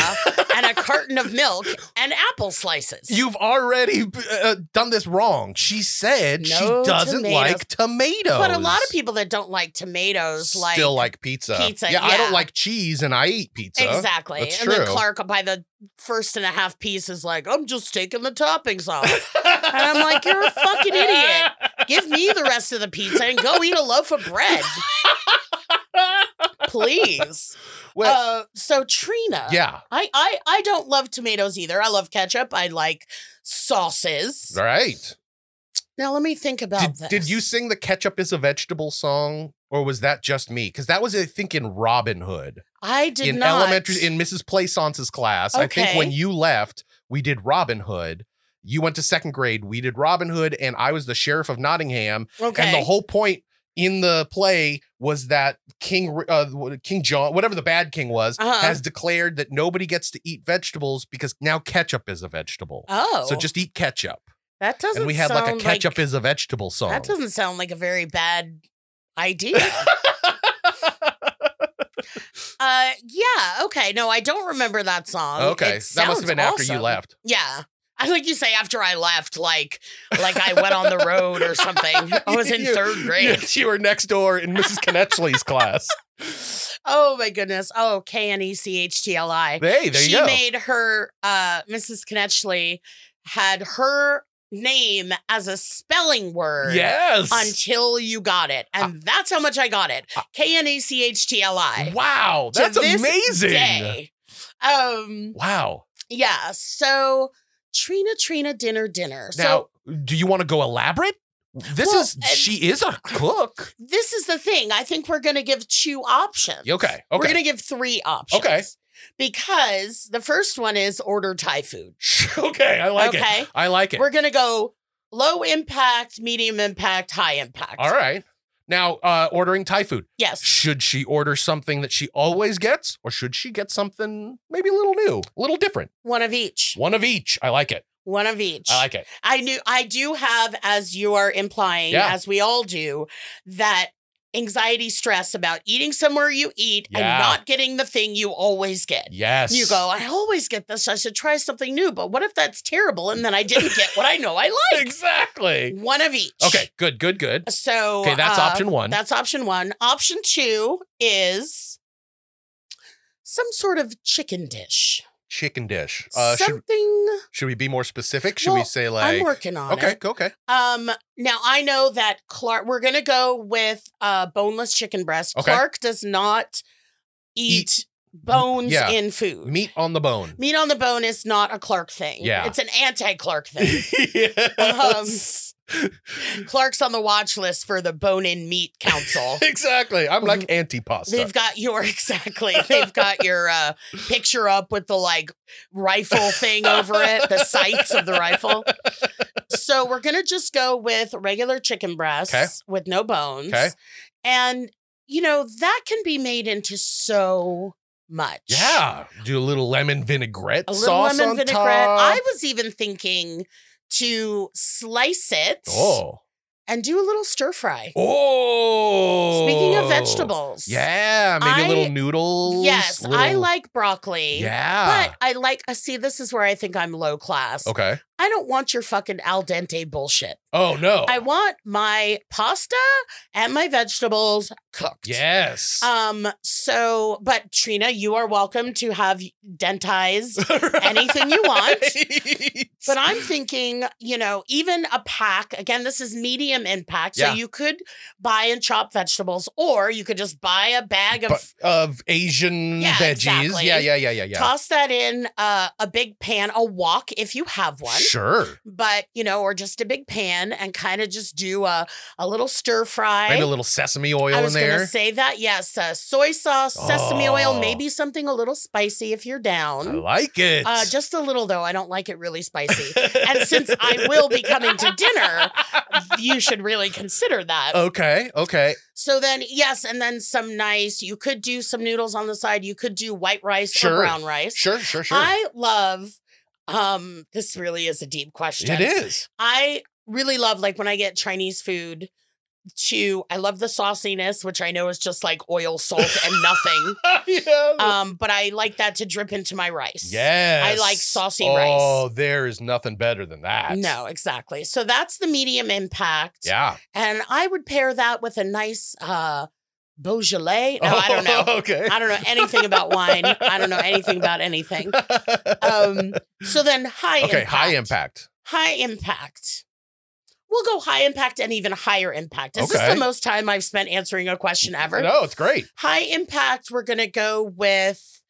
Speaker 3: and a carton of milk and apple slices.
Speaker 1: You've already uh, done this wrong. She said
Speaker 3: No
Speaker 1: she doesn't
Speaker 3: tomatoes.
Speaker 1: like tomatoes.
Speaker 3: but a lot of people that don't like tomatoes like
Speaker 1: still like pizza.
Speaker 3: pizza,
Speaker 1: yeah, I don't
Speaker 3: yeah.
Speaker 1: like cheese and I eat pizza.
Speaker 3: Exactly.
Speaker 1: That's
Speaker 3: and
Speaker 1: true.
Speaker 3: then Clark by the first and a half piece is like, I'm just taking the toppings off. and I'm like, You're a fucking idiot. Give me the rest of the pizza and go eat a loaf of bread. Please.
Speaker 1: Well,
Speaker 3: uh, so Trina.
Speaker 1: yeah.
Speaker 3: I, I I don't love tomatoes either. I love ketchup. I like sauces.
Speaker 1: All right.
Speaker 3: Now let me think about
Speaker 1: Did,
Speaker 3: this.
Speaker 1: did you sing the ketchup is a vegetable song or was that just me? Cuz that was I think in Robin Hood.
Speaker 3: I did
Speaker 1: in
Speaker 3: not.
Speaker 1: elementary in Mrs. Plaissance's class. I think
Speaker 3: Okay.
Speaker 1: when you left, we did Robin Hood. You went to second grade, we did Robin Hood and I was the sheriff of Nottingham
Speaker 3: okay.
Speaker 1: And the whole point in the play was that King uh, King John, whatever the bad king was,
Speaker 3: Uh-huh.
Speaker 1: has declared that nobody gets to eat vegetables because now ketchup is a vegetable.
Speaker 3: oh,
Speaker 1: So just eat ketchup.
Speaker 3: that doesn't.
Speaker 1: And we had like a
Speaker 3: sound
Speaker 1: ketchup is a vegetable song.
Speaker 3: That doesn't sound like a very bad idea. uh, yeah. Okay. No, I don't remember that song.
Speaker 1: okay. That
Speaker 3: It
Speaker 1: must have
Speaker 3: sounds
Speaker 1: been after you
Speaker 3: awesome.
Speaker 1: left.
Speaker 3: Yeah. I like you say after I left, like like I went on the road or something. I was in
Speaker 1: You-
Speaker 3: third grade.
Speaker 1: Yes, you were next door in Mrs. Kinechley's class.
Speaker 3: Oh my goodness. Oh, K N E C H T L I.
Speaker 1: Hey, there
Speaker 3: she
Speaker 1: you go.
Speaker 3: made her uh Mrs. Knetchley had her name as a spelling word.
Speaker 1: yes.
Speaker 3: Until you got it. And that's how much I got it. K N A C H T L I.
Speaker 1: wow.
Speaker 3: To
Speaker 1: That's
Speaker 3: this
Speaker 1: amazing.
Speaker 3: day. Um
Speaker 1: Wow.
Speaker 3: yeah, so Trina Trina dinner dinner. so
Speaker 1: Now, do you want to go elaborate? This
Speaker 3: Well,
Speaker 1: is
Speaker 3: and-
Speaker 1: she is a cook.
Speaker 3: this is the thing. I think we're going to give two options.
Speaker 1: Okay, okay.
Speaker 3: We're going to give three options.
Speaker 1: Okay.
Speaker 3: Because the first one is order Thai food.
Speaker 1: okay, I like
Speaker 3: Okay.
Speaker 1: it. I like it.
Speaker 3: We're going to go low impact, medium impact, high impact.
Speaker 1: All right. Now, uh, ordering Thai food.
Speaker 3: Yes.
Speaker 1: Should she order something that she always gets, or should she get something maybe a little new, a little different?
Speaker 3: One of each.
Speaker 1: One of each. I like it.
Speaker 3: One of each.
Speaker 1: I like it.
Speaker 3: I knew I do have, as you are implying,
Speaker 1: Yeah.
Speaker 3: as we all do, that anxiety stress about eating somewhere you eat
Speaker 1: Yeah.
Speaker 3: and not getting the thing you always get.
Speaker 1: Yes.
Speaker 3: You go, I always get this. I should try something new, but what if that's terrible? And then I didn't get what I know I like.
Speaker 1: Exactly.
Speaker 3: One of each.
Speaker 1: Okay. Good. Good. Good.
Speaker 3: So
Speaker 1: Okay. That's
Speaker 3: uh,
Speaker 1: option one.
Speaker 3: That's option one. Option two is some sort of chicken dish.
Speaker 1: Chicken dish. Uh, should,
Speaker 3: Something
Speaker 1: should we be more specific? Should we
Speaker 3: Well,
Speaker 1: say like?
Speaker 3: I'm working on.
Speaker 1: okay.
Speaker 3: It.
Speaker 1: Okay.
Speaker 3: Um. Now I know that Clark. We're gonna go with uh boneless chicken breast.
Speaker 1: Okay.
Speaker 3: Clark does not eat, bones
Speaker 1: yeah.
Speaker 3: in food.
Speaker 1: Meat on the bone.
Speaker 3: Meat on the bone is not a Clark thing.
Speaker 1: Yeah.
Speaker 3: It's an anti-Clark thing.
Speaker 1: Yes.
Speaker 3: Um, Clark's on the watch list for the bone in meat council.
Speaker 1: exactly. I'm like anti pasta.
Speaker 3: They've got your exactly. They've got your uh, picture up with the like rifle thing over it, the sights of the rifle. So we're gonna just go with regular chicken breasts
Speaker 1: Okay.
Speaker 3: with no bones,
Speaker 1: Okay.
Speaker 3: and you know that can be made into so much.
Speaker 1: Yeah. Do a little lemon vinaigrette
Speaker 3: a little
Speaker 1: sauce
Speaker 3: lemon
Speaker 1: on
Speaker 3: vinaigrette.
Speaker 1: top.
Speaker 3: I was even thinking to slice it
Speaker 1: Oh.
Speaker 3: and do a little stir fry.
Speaker 1: Oh.
Speaker 3: Speaking of vegetables,
Speaker 1: Yeah, maybe
Speaker 3: I-
Speaker 1: little noodles.
Speaker 3: Yes, I
Speaker 1: little-
Speaker 3: like broccoli.
Speaker 1: Yeah.
Speaker 3: But I like, I see, this is where I think I'm low class.
Speaker 1: okay.
Speaker 3: I don't want your fucking al dente bullshit.
Speaker 1: Oh no.
Speaker 3: I want my pasta and my vegetables cooked.
Speaker 1: yes.
Speaker 3: Um, so, but Trina, you are welcome to have dentized anything you want. But I'm thinking, you know, even a pack, again, this is medium impact.
Speaker 1: Yeah.
Speaker 3: So you could buy and chop vegetables, or you could just buy a bag of
Speaker 1: But of Asian
Speaker 3: Yeah,
Speaker 1: veggies.
Speaker 3: exactly.
Speaker 1: Yeah, yeah, yeah, yeah, yeah.
Speaker 3: Toss that in uh, a big pan, a wok if you have one.
Speaker 1: Sure.
Speaker 3: but you know, or just a big pan and kind of just do a, a little stir fry.
Speaker 1: Maybe a little sesame oil
Speaker 3: I
Speaker 1: in
Speaker 3: was
Speaker 1: there.
Speaker 3: gonna say that. Yes, uh, soy sauce, sesame
Speaker 1: Oh.
Speaker 3: oil, maybe something a little spicy if you're
Speaker 1: I
Speaker 3: down.
Speaker 1: like it.
Speaker 3: Uh, just a little though. I don't like it really spicy. and since I will be coming to dinner, you should really consider that.
Speaker 1: Oh. okay, okay.
Speaker 3: So then, yes, and then some nice. You could do some noodles on the side. You could do white rice
Speaker 1: Sure.
Speaker 3: or brown rice.
Speaker 1: Sure, sure, sure.
Speaker 3: I love. Um, this really is a deep question.
Speaker 1: it is.
Speaker 3: I really love like when I get Chinese food to I love the sauciness, which I know is just like oil, salt, and nothing.
Speaker 1: yeah.
Speaker 3: Um, but I like that to drip into my rice.
Speaker 1: yes.
Speaker 3: I like saucy
Speaker 1: oh,
Speaker 3: rice.
Speaker 1: Oh, there is nothing better than that.
Speaker 3: No, exactly. So that's the medium impact.
Speaker 1: Yeah.
Speaker 3: And I would pair that with a nice uh Beaujolais. No, I don't know.
Speaker 1: okay.
Speaker 3: I don't know anything about wine. I don't know anything about anything. Um, so then high
Speaker 1: okay,
Speaker 3: impact.
Speaker 1: high impact.
Speaker 3: high impact. We'll go high impact and even higher impact. Is this
Speaker 1: Okay.
Speaker 3: the most time I've spent answering a question ever?
Speaker 1: No, it's great.
Speaker 3: High impact, we're gonna go with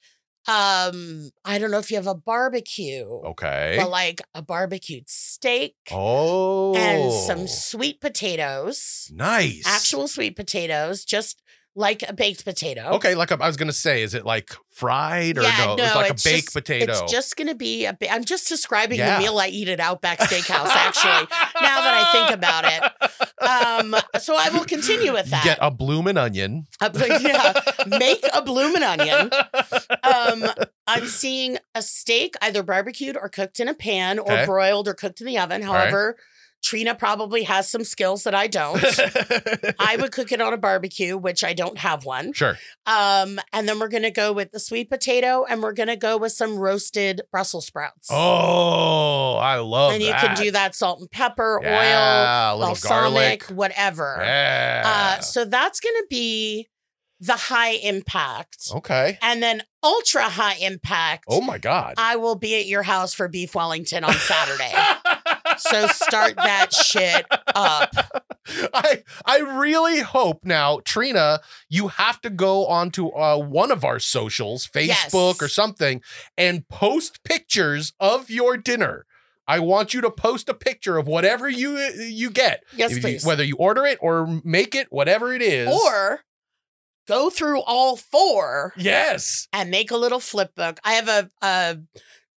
Speaker 3: um, I don't know if you have a barbecue,
Speaker 1: Okay.
Speaker 3: but like a barbecued steak
Speaker 1: oh.
Speaker 3: and some sweet potatoes,
Speaker 1: nice.
Speaker 3: actual sweet potatoes, just like a baked potato.
Speaker 1: Okay, like a, I was gonna say, is it like fried or
Speaker 3: Yeah,
Speaker 1: no? It's
Speaker 3: no,
Speaker 1: like
Speaker 3: it's
Speaker 1: a baked
Speaker 3: just-
Speaker 1: potato.
Speaker 3: It's just gonna be a. Ba- I'm just describing
Speaker 1: Yeah.
Speaker 3: the meal I eat at Outback Steakhouse. Actually, now that I think about it. um, so I will continue with that.
Speaker 1: Get a bloomin' onion.
Speaker 3: Uh, but yeah, make a bloomin' onion. Um, I'm seeing a steak either barbecued or cooked in a pan or
Speaker 1: Okay.
Speaker 3: broiled or cooked in the oven.
Speaker 1: right.
Speaker 3: However, Trina probably has some skills that I don't. I would cook it on a barbecue, which I don't have one.
Speaker 1: sure.
Speaker 3: Um, and then we're gonna go with the sweet potato, and we're gonna go with some roasted Brussels sprouts.
Speaker 1: Oh, I love
Speaker 3: and
Speaker 1: that.
Speaker 3: you can do that salt and pepper, oil,
Speaker 1: yeah, a little
Speaker 3: balsamic,
Speaker 1: garlic.
Speaker 3: whatever.
Speaker 1: Yeah.
Speaker 3: Uh, so that's going to be the high impact.
Speaker 1: okay.
Speaker 3: And then ultra high impact,
Speaker 1: Oh my god.
Speaker 3: I will be at your house for Beef Wellington on Saturday. so start that shit up.
Speaker 1: I I really hope now, Trina, you have to go onto uh, one of our socials, Facebook
Speaker 3: Yes.
Speaker 1: or something, and post pictures of your dinner. I want you to post a picture of whatever you you get,
Speaker 3: Yes,
Speaker 1: If you-
Speaker 3: please.
Speaker 1: whether you order it or make it, whatever it is.
Speaker 3: Or go through all four
Speaker 1: yes,
Speaker 3: and make a little flip book. I have a, a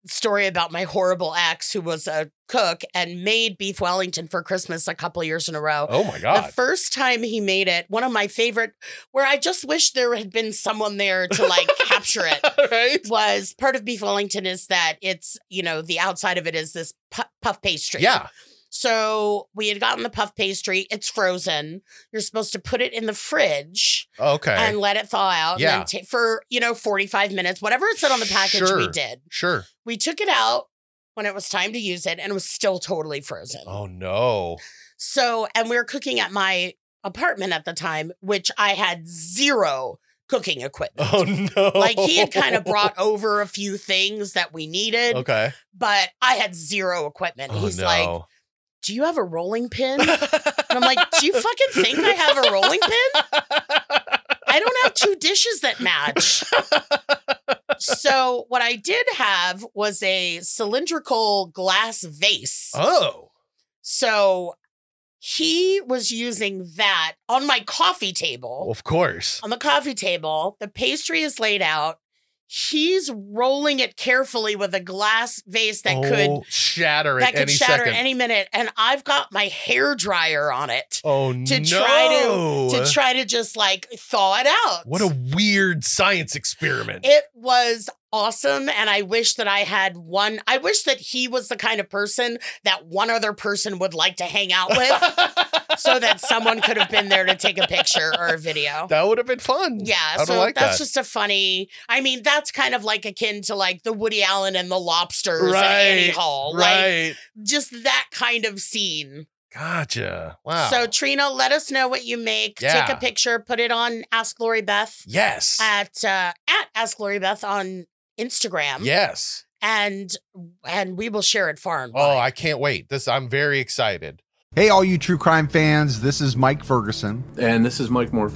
Speaker 3: story about my horrible ex who was a cook and made Beef Wellington for Christmas a couple years in a row.
Speaker 1: oh my
Speaker 3: The
Speaker 1: god,
Speaker 3: first time he made it, one of my favorite, where I just wish there had been someone there to like capture it,
Speaker 1: right?
Speaker 3: was part of beef Wellington is that it's, you know, the outside of it is this pu- puff pastry.
Speaker 1: Yeah,
Speaker 3: So we had gotten the puff pastry. It's frozen. You're supposed to put it in the fridge
Speaker 1: Oh, okay,
Speaker 3: and let it thaw out
Speaker 1: Yeah.
Speaker 3: and then ta- for, you know, 45 minutes, whatever it said on the package, we
Speaker 1: Sure.
Speaker 3: did.
Speaker 1: sure.
Speaker 3: We took it out when it was time to use it and it was still totally frozen.
Speaker 1: Oh no,
Speaker 3: So, and we were cooking at my apartment at the time, which I had zero cooking equipment.
Speaker 1: oh no.
Speaker 3: Like he had kind of brought over a few things that we needed,
Speaker 1: Okay.
Speaker 3: but I had zero equipment.
Speaker 1: Oh,
Speaker 3: He's
Speaker 1: no.
Speaker 3: like, Do you have a rolling pin? and I'm like, Do you fucking think I have a rolling pin? I don't have two dishes that match. so, what I did have was a cylindrical glass vase.
Speaker 1: oh.
Speaker 3: So he was using that on my coffee table.
Speaker 1: Of course.
Speaker 3: On the coffee table, the pastry is laid out. He's rolling it carefully with a glass vase that could
Speaker 1: Oh, shatter
Speaker 3: that
Speaker 1: at
Speaker 3: could
Speaker 1: any
Speaker 3: shatter
Speaker 1: second.
Speaker 3: any minute. And I've got my hair dryer on it
Speaker 1: oh
Speaker 3: to
Speaker 1: no!
Speaker 3: try to to try to just like thaw it out.
Speaker 1: Oh, uh. what a weird science experiment.
Speaker 3: it was awesome and i wish that i had one i wish that he was the kind of person that one other person would like to hang out with so that someone could have been there to take a picture or a video.
Speaker 1: that would have been fun.
Speaker 3: Yeah,
Speaker 1: I
Speaker 3: so
Speaker 1: like
Speaker 3: that's
Speaker 1: that.
Speaker 3: just a funny. I mean, that's kind of like akin to like the Woody Allen and the Lobsters and Annie
Speaker 1: Right,
Speaker 3: Hall, like
Speaker 1: right.
Speaker 3: just that kind of scene.
Speaker 1: Gotcha. Wow.
Speaker 3: So Trina, let us know what you make.
Speaker 1: Yeah.
Speaker 3: Take a picture, put it on Ask Lori Beth
Speaker 1: yes,
Speaker 3: at uh, at Ask Lori Beth on Instagram,
Speaker 1: yes.
Speaker 3: and and we will share it far and
Speaker 1: Oh,
Speaker 3: wide.
Speaker 1: I can't wait. This I'm very excited.
Speaker 5: Hey, all you true crime fans, this is Mike Ferguson,
Speaker 6: And this is Mike Morph.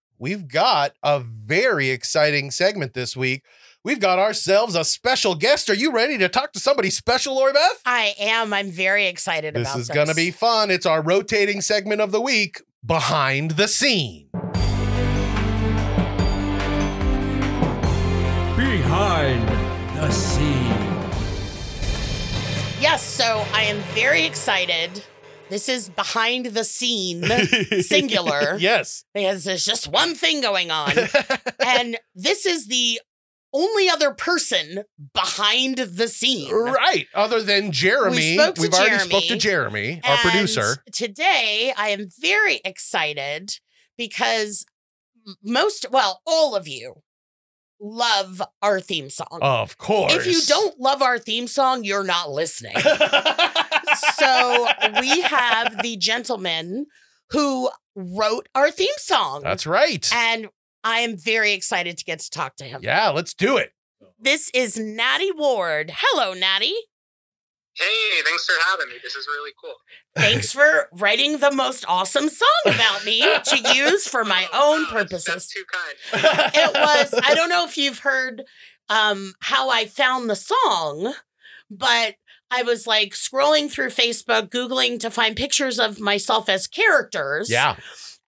Speaker 1: we've got a very exciting segment this week. We've got ourselves a special guest. Are you ready to talk to somebody special, Lori Beth?
Speaker 3: I am. I'm very excited
Speaker 1: This
Speaker 3: about
Speaker 1: is
Speaker 3: this.
Speaker 1: going to be fun. It's our rotating segment of the week, Behind the Scene.
Speaker 7: Behind the scene.
Speaker 3: Yes, so I am very excited. This is behind the scene, singular,
Speaker 1: yes.
Speaker 3: because there's just one thing going on. and this is the only other person behind the scene.
Speaker 1: Right. Other than Jeremy,
Speaker 3: We spoke to
Speaker 1: have already spoke to Jeremy, our
Speaker 3: And
Speaker 1: producer.
Speaker 3: Today, I am very excited because m- most, well, all of you love our theme song.
Speaker 1: Of course.
Speaker 3: if you don't love our theme song, you're not listening. so we have the gentleman who wrote our theme song.
Speaker 1: That's right.
Speaker 3: And I am very excited to get to talk to him.
Speaker 1: Yeah, let's do it.
Speaker 3: This is Natty Ward. Hello, Natty.
Speaker 8: Hey, thanks for having me. This is really cool.
Speaker 3: Thanks for writing the most awesome song about me to use for my
Speaker 8: Oh,
Speaker 3: own
Speaker 8: wow, that's-
Speaker 3: purposes.
Speaker 8: That's too kind.
Speaker 3: It was, I don't know if you've heard um, how I found the song, but I was like scrolling through Facebook, Googling to find pictures of myself as characters.
Speaker 1: Yeah.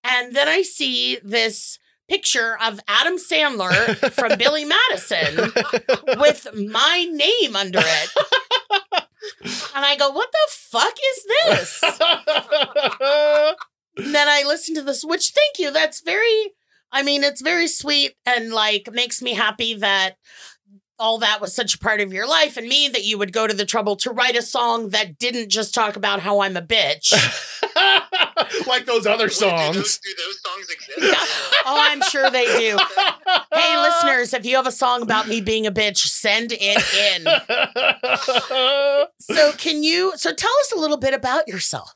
Speaker 3: And then I see this picture of Adam Sandler from Billy Madison with my name under it. And I go, what the fuck is this? And then I listen to this, which thank you. That's very, I mean, it's very sweet and like makes me happy that all that was such a part of your life and me that you would go to the trouble to write a song that didn't just talk about how I'm a bitch.
Speaker 1: like those other
Speaker 8: Wait, do, those,
Speaker 1: songs.
Speaker 8: do those songs exist?
Speaker 3: oh, I'm sure they do. Hey, listeners, if you have a song about me being a bitch, send it in. So, can you? So, tell us a little bit about yourself.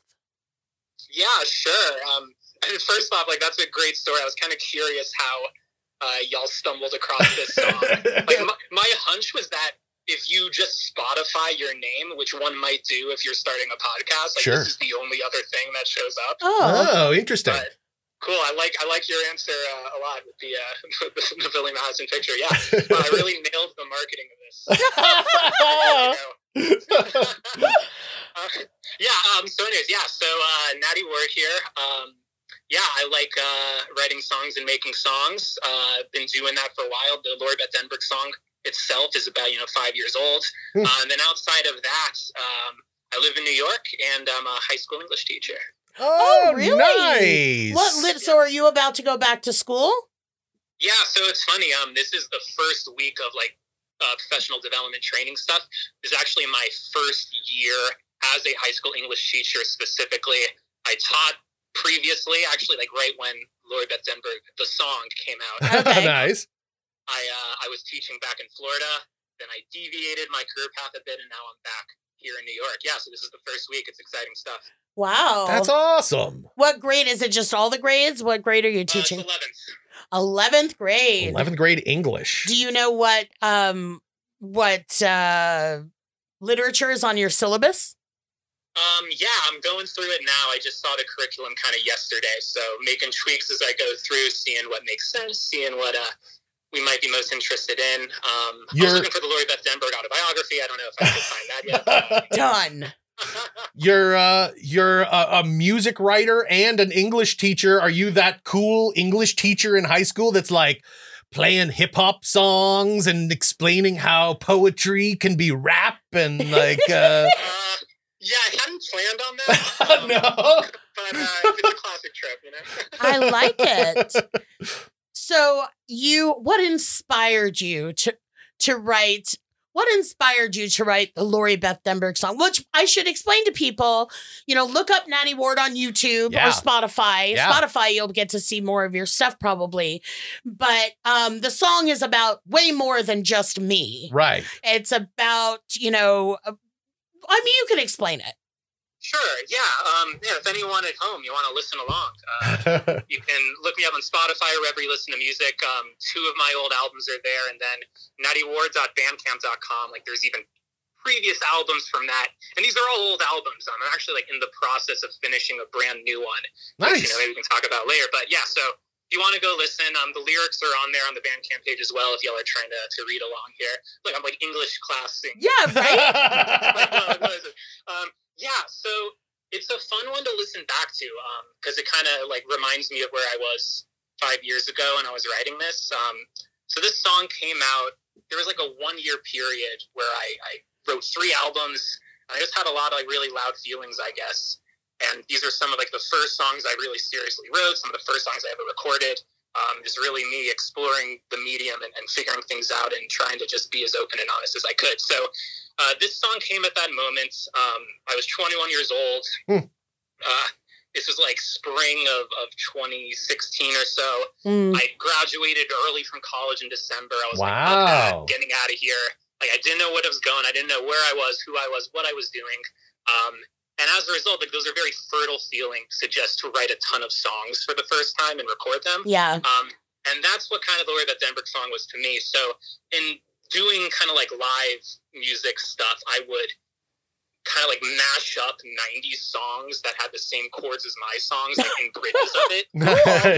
Speaker 8: yeah, sure. Um, and first off, like that's a great story. I was kind of curious how uh, y'all stumbled across this song. like my, my hunch was that if you just Spotify your name, which one might do if you're starting a podcast, like
Speaker 1: Sure.
Speaker 8: this is the only other thing that shows up.
Speaker 3: Oh,
Speaker 1: oh, interesting.
Speaker 8: But cool. I like I like your answer uh, a lot with the uh, the, the Billy Madison picture. Yeah, Wow, I really nailed the marketing of this.
Speaker 1: Oh,
Speaker 8: There you go. Uh, yeah. Um, so, anyways, yeah. So, uh, Natty Ward here. Um, yeah, I like uh, writing songs and making songs. Uh, been doing that for a while. The Lord Beth Denberg song itself is about you know five years old.
Speaker 1: Hmm.
Speaker 8: Uh, and then outside of that, um, I live in New York and I'm a high school English teacher.
Speaker 1: oh,
Speaker 3: really?
Speaker 1: Nice.
Speaker 3: what? Lit- so, are you about to go back to school?
Speaker 8: Yeah, so it's funny. Um, this is the first week of like uh, professional development training stuff. This is actually my first year as a high school English teacher specifically. I taught previously, actually, like right when Lori Beth Denberg, the song came out.
Speaker 3: Okay.
Speaker 1: nice.
Speaker 8: I uh, I was teaching back in Florida. Then I deviated my career path a bit, and now I'm back here in New York. Yeah, so this is the first week. It's exciting stuff. Uh,
Speaker 3: Wow,
Speaker 1: That's awesome.
Speaker 3: what grade is it? Just all the grades? What grade are you
Speaker 8: Uh, it's
Speaker 3: teaching?
Speaker 8: 11th.
Speaker 3: Eleventh grade.
Speaker 1: 11th grade English.
Speaker 3: Do you know what? Um, what uh, literature is on your syllabus?
Speaker 8: Um, yeah, I'm going through it now. I just saw the curriculum kind of yesterday, so making tweaks as I go through, seeing what makes sense, seeing what uh, we might be most interested in. Um, I
Speaker 1: You're-
Speaker 8: was looking for the Lori Beth Denberg autobiography. I don't know if I could find that yet.
Speaker 3: Done.
Speaker 1: you're uh you're a, a music writer and an English teacher. Are you that cool English teacher in high school that's like playing hip hop songs and explaining how poetry can be rap and like uh
Speaker 8: Uh, yeah, I hadn't planned on that, um,
Speaker 1: no.
Speaker 8: but uh, it's a classic trip, you know.
Speaker 3: I like it. So you what inspired you to to write What inspired you to write the Lori Beth Denberg song? Which I should explain to people. You know, look up Natty Ward on YouTube
Speaker 1: Yeah.
Speaker 3: or Spotify.
Speaker 1: Yeah.
Speaker 3: Spotify, you'll get to see more of your stuff probably. But um, the song is about way more than just me.
Speaker 1: Right.
Speaker 3: It's about you know, uh, I mean, you can explain it.
Speaker 8: Sure, yeah. Um, yeah. If anyone at home you want to listen along, uh, you can look me up on Spotify or wherever you listen to music. Um, two of my old albums are there, and then nattyward.bandcamp.com. Like, there's even previous albums from that, and these are all old albums. Um, I'm actually like in the process of finishing a brand new one, which, you know,
Speaker 1: nice.
Speaker 8: maybe we can talk about later. But yeah, so if you want to go listen, um, the lyrics are on there on the Bandcamp page as well. If y'all are trying to, to read along here, look, I'm like English class singing.
Speaker 3: Yeah, right.
Speaker 8: Like, no, it wasn't. um, yeah, so it's a fun one to listen back to because it kind of like reminds me of where I was five years ago when I was writing this. Um, so this song came out. There was like a one year period where I, I wrote three albums. And I just had a lot of like really loud feelings, I guess. And these are some of like the first songs I really seriously wrote. Some of the first songs I ever recorded. Um, just really me exploring the medium and, and figuring things out and trying to just be as open and honest as I could. So uh, this song came at that moment. Um, I was 21 years old.
Speaker 1: Hmm.
Speaker 8: Uh, this was like spring of, of 2016 or so.
Speaker 3: Mm.
Speaker 1: Hmm.
Speaker 8: I graduated early from college in December. I was like, "Fuck that,
Speaker 1: wow.
Speaker 8: getting out of here. Like I didn't know what I was going. I didn't know where I was, who I was, what I was doing. Um, and as a result, like those are very fertile feelings to just to write a ton of songs for the first time and record them.
Speaker 3: Yeah.
Speaker 8: Um, and that's what kind of the way that Denver song was to me. So in doing kind of like live music stuff, I would kind of like mash up 90s songs that had the same chords as my songs, like in bridges of it.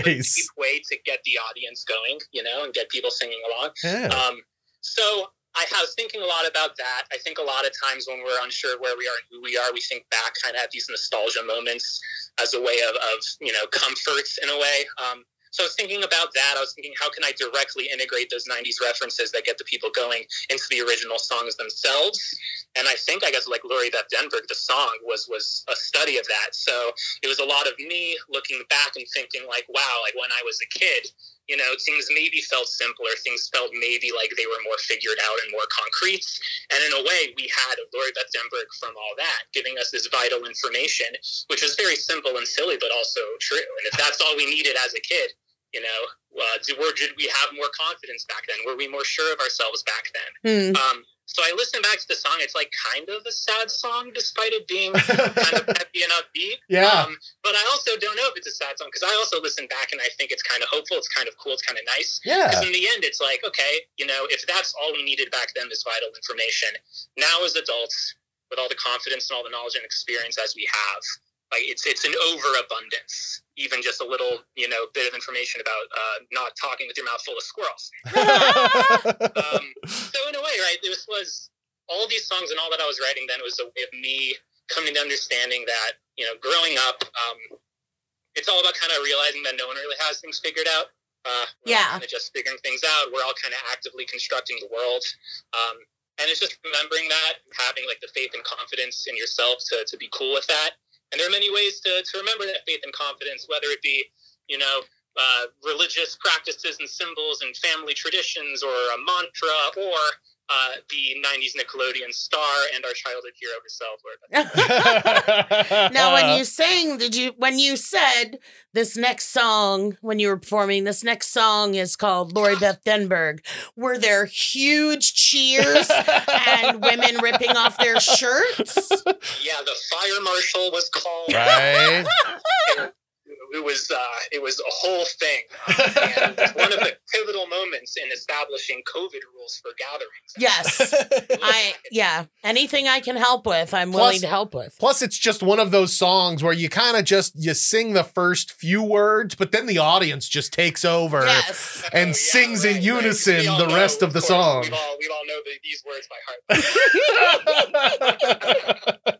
Speaker 1: Nice.
Speaker 8: Cheap way to get the audience going, you know, and get people singing along.
Speaker 1: Yeah.
Speaker 8: Um, so I was thinking a lot about that. I think a lot of times when we're unsure of where we are and who we are, we think back kind of at these nostalgia moments as a way of, of you know, comforts in a way. Um, so I was thinking about that. I was thinking, how can I directly integrate those 90s references that get the people going into the original songs themselves? And I think, I guess, like Lori Beth Denberg, the song was was a study of that. So it was a lot of me looking back and thinking, like, wow, like when I was a kid, you know, things maybe felt simpler. Things felt maybe like they were more figured out and more concrete. And in a way, we had Lori Beth Denberg from all that, giving us this vital information, which was very simple and silly, but also true. And if that's all we needed as a kid, you know, uh, did, were, did we have more confidence back then? Were we more sure of ourselves back then?
Speaker 3: Mm.
Speaker 8: Um, so I listened back to the song. It's like kind of a sad song, despite it being kind of happy and upbeat.
Speaker 1: Yeah.
Speaker 8: Um, but I also don't know if it's a sad song because I also listen back and I think it's kind of hopeful. It's kind of cool. It's kind of nice.
Speaker 1: yeah.
Speaker 8: Because in the end, it's like, okay, you know, if that's all we needed back then, this vital information, now as adults, with all the confidence and all the knowledge and experience as we have, like it's it's an overabundance. Even just a little, you know, bit of information about uh, not talking with your mouth full of squirrels um, so in a way, right, this was all these songs and all that I was writing then was a way of me coming to understanding that, you know, growing up, um, it's all about kind of realizing that no one really has things figured out. Uh,
Speaker 3: Yeah.
Speaker 8: Kind of just figuring things out. We're all kind of actively constructing the world. Um, and it's just remembering that, having like the faith and confidence in yourself to, to be cool with that. And there are many ways to, to remember that faith and confidence, whether it be, you know, uh, religious practices and symbols and family traditions or a mantra or uh, the 90s Nickelodeon star and our childhood hero herself. Or,
Speaker 3: Now,
Speaker 8: Uh-huh.
Speaker 3: when you sang, did you when you said this next song when you were performing this next song is called Lori Beth Denberg? Were there huge cheers and women ripping off their shirts?
Speaker 8: yeah, the fire marshal was called.
Speaker 1: Right.
Speaker 8: It was uh, it was a whole thing, and it was one of the pivotal moments in establishing COVID rules for gatherings.
Speaker 3: Yes, I yeah. Anything I can help with, I'm
Speaker 1: Plus-
Speaker 3: willing to help with.
Speaker 1: Plus, it's just one of those songs where you kind of just you sing the first few words, but then the audience just takes over.
Speaker 3: Yes,
Speaker 1: And sings in unison
Speaker 8: We all
Speaker 1: the rest of the song.
Speaker 8: We all, we all know the, these words by heart.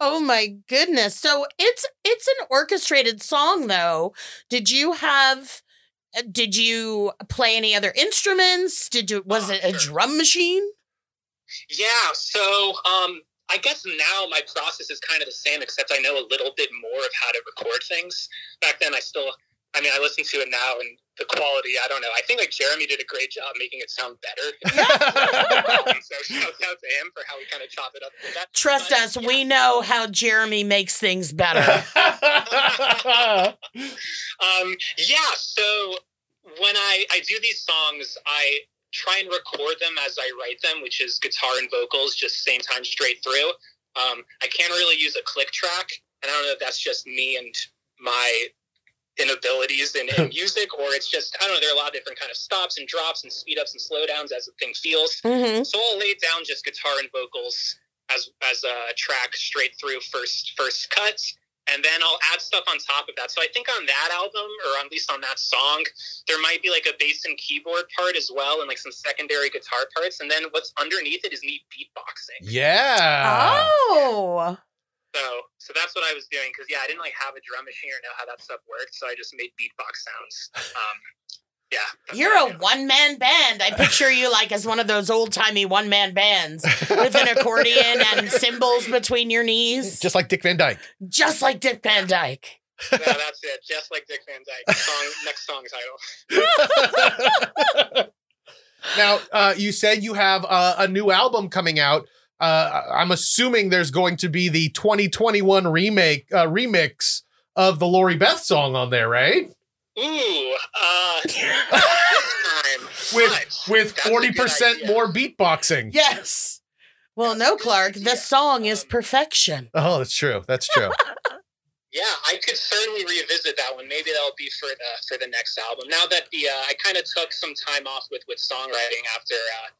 Speaker 3: Oh my goodness. So it's it's an orchestrated song though. Did you have uh, did you play any other instruments? Did you was
Speaker 8: Oh,
Speaker 3: it a
Speaker 8: sure.
Speaker 3: drum machine?
Speaker 8: Yeah, so um, I guess now my process is kind of the same, except I know a little bit more of how to record things. Back then, I still, I mean, I listen to it now and the quality. I don't know. I think like Jeremy did a great job making it sound better. so shout out to him for how we kind of chop it up. with that.
Speaker 3: Trust
Speaker 8: But,
Speaker 3: us,
Speaker 8: yeah.
Speaker 3: we know how Jeremy makes things better.
Speaker 8: um, yeah, so when I, I do these songs, I try and record them as I write them, which is guitar and vocals, just same time straight through. Um, I can't really use a click track, and I don't know if that's just me and my inabilities in, in music, or it's just, I don't know, there are a lot of different kind of stops and drops and speed ups and slowdowns as the thing feels.
Speaker 3: hmm
Speaker 8: So I'll lay down just guitar and vocals as as a track straight through first first cut, and then I'll add stuff on top of that. So I think on that album, or at least on that song, there might be like a bass and keyboard part as well, and like some secondary guitar parts, and then what's underneath it is me beatboxing.
Speaker 1: yeah.
Speaker 3: oh.
Speaker 8: So so that's what I was doing because yeah, I didn't like have a drum machine or know how that stuff worked, so I just made beatbox sounds. Um, yeah, that's
Speaker 3: You're
Speaker 8: what I
Speaker 3: a
Speaker 8: do.
Speaker 3: one man band. I picture you like as one of those old timey one man bands with an accordion and cymbals between your knees, just,
Speaker 1: Just like Dick Van Dyke.
Speaker 3: like Dick Van Dyke.
Speaker 8: no, that's it, just like Dick Van Dyke. Song next song title.
Speaker 1: now, uh, you said you have uh, a new album coming out. Uh, I'm assuming there's going to be the 2021 remake uh, remix of the Lori Beth song on there, right?
Speaker 8: Ooh, uh, this time
Speaker 1: With
Speaker 8: but
Speaker 1: with
Speaker 8: that's a
Speaker 1: forty
Speaker 8: good
Speaker 1: percent
Speaker 8: idea.
Speaker 1: more beatboxing.
Speaker 3: Yes. um, Well, no, Clark, the song is perfection.
Speaker 1: Oh, that's true. That's true.
Speaker 8: Yeah, I could certainly revisit that one. Maybe that'll be for the for the next album. Now that the uh, I kind of took some time off with with songwriting after uh,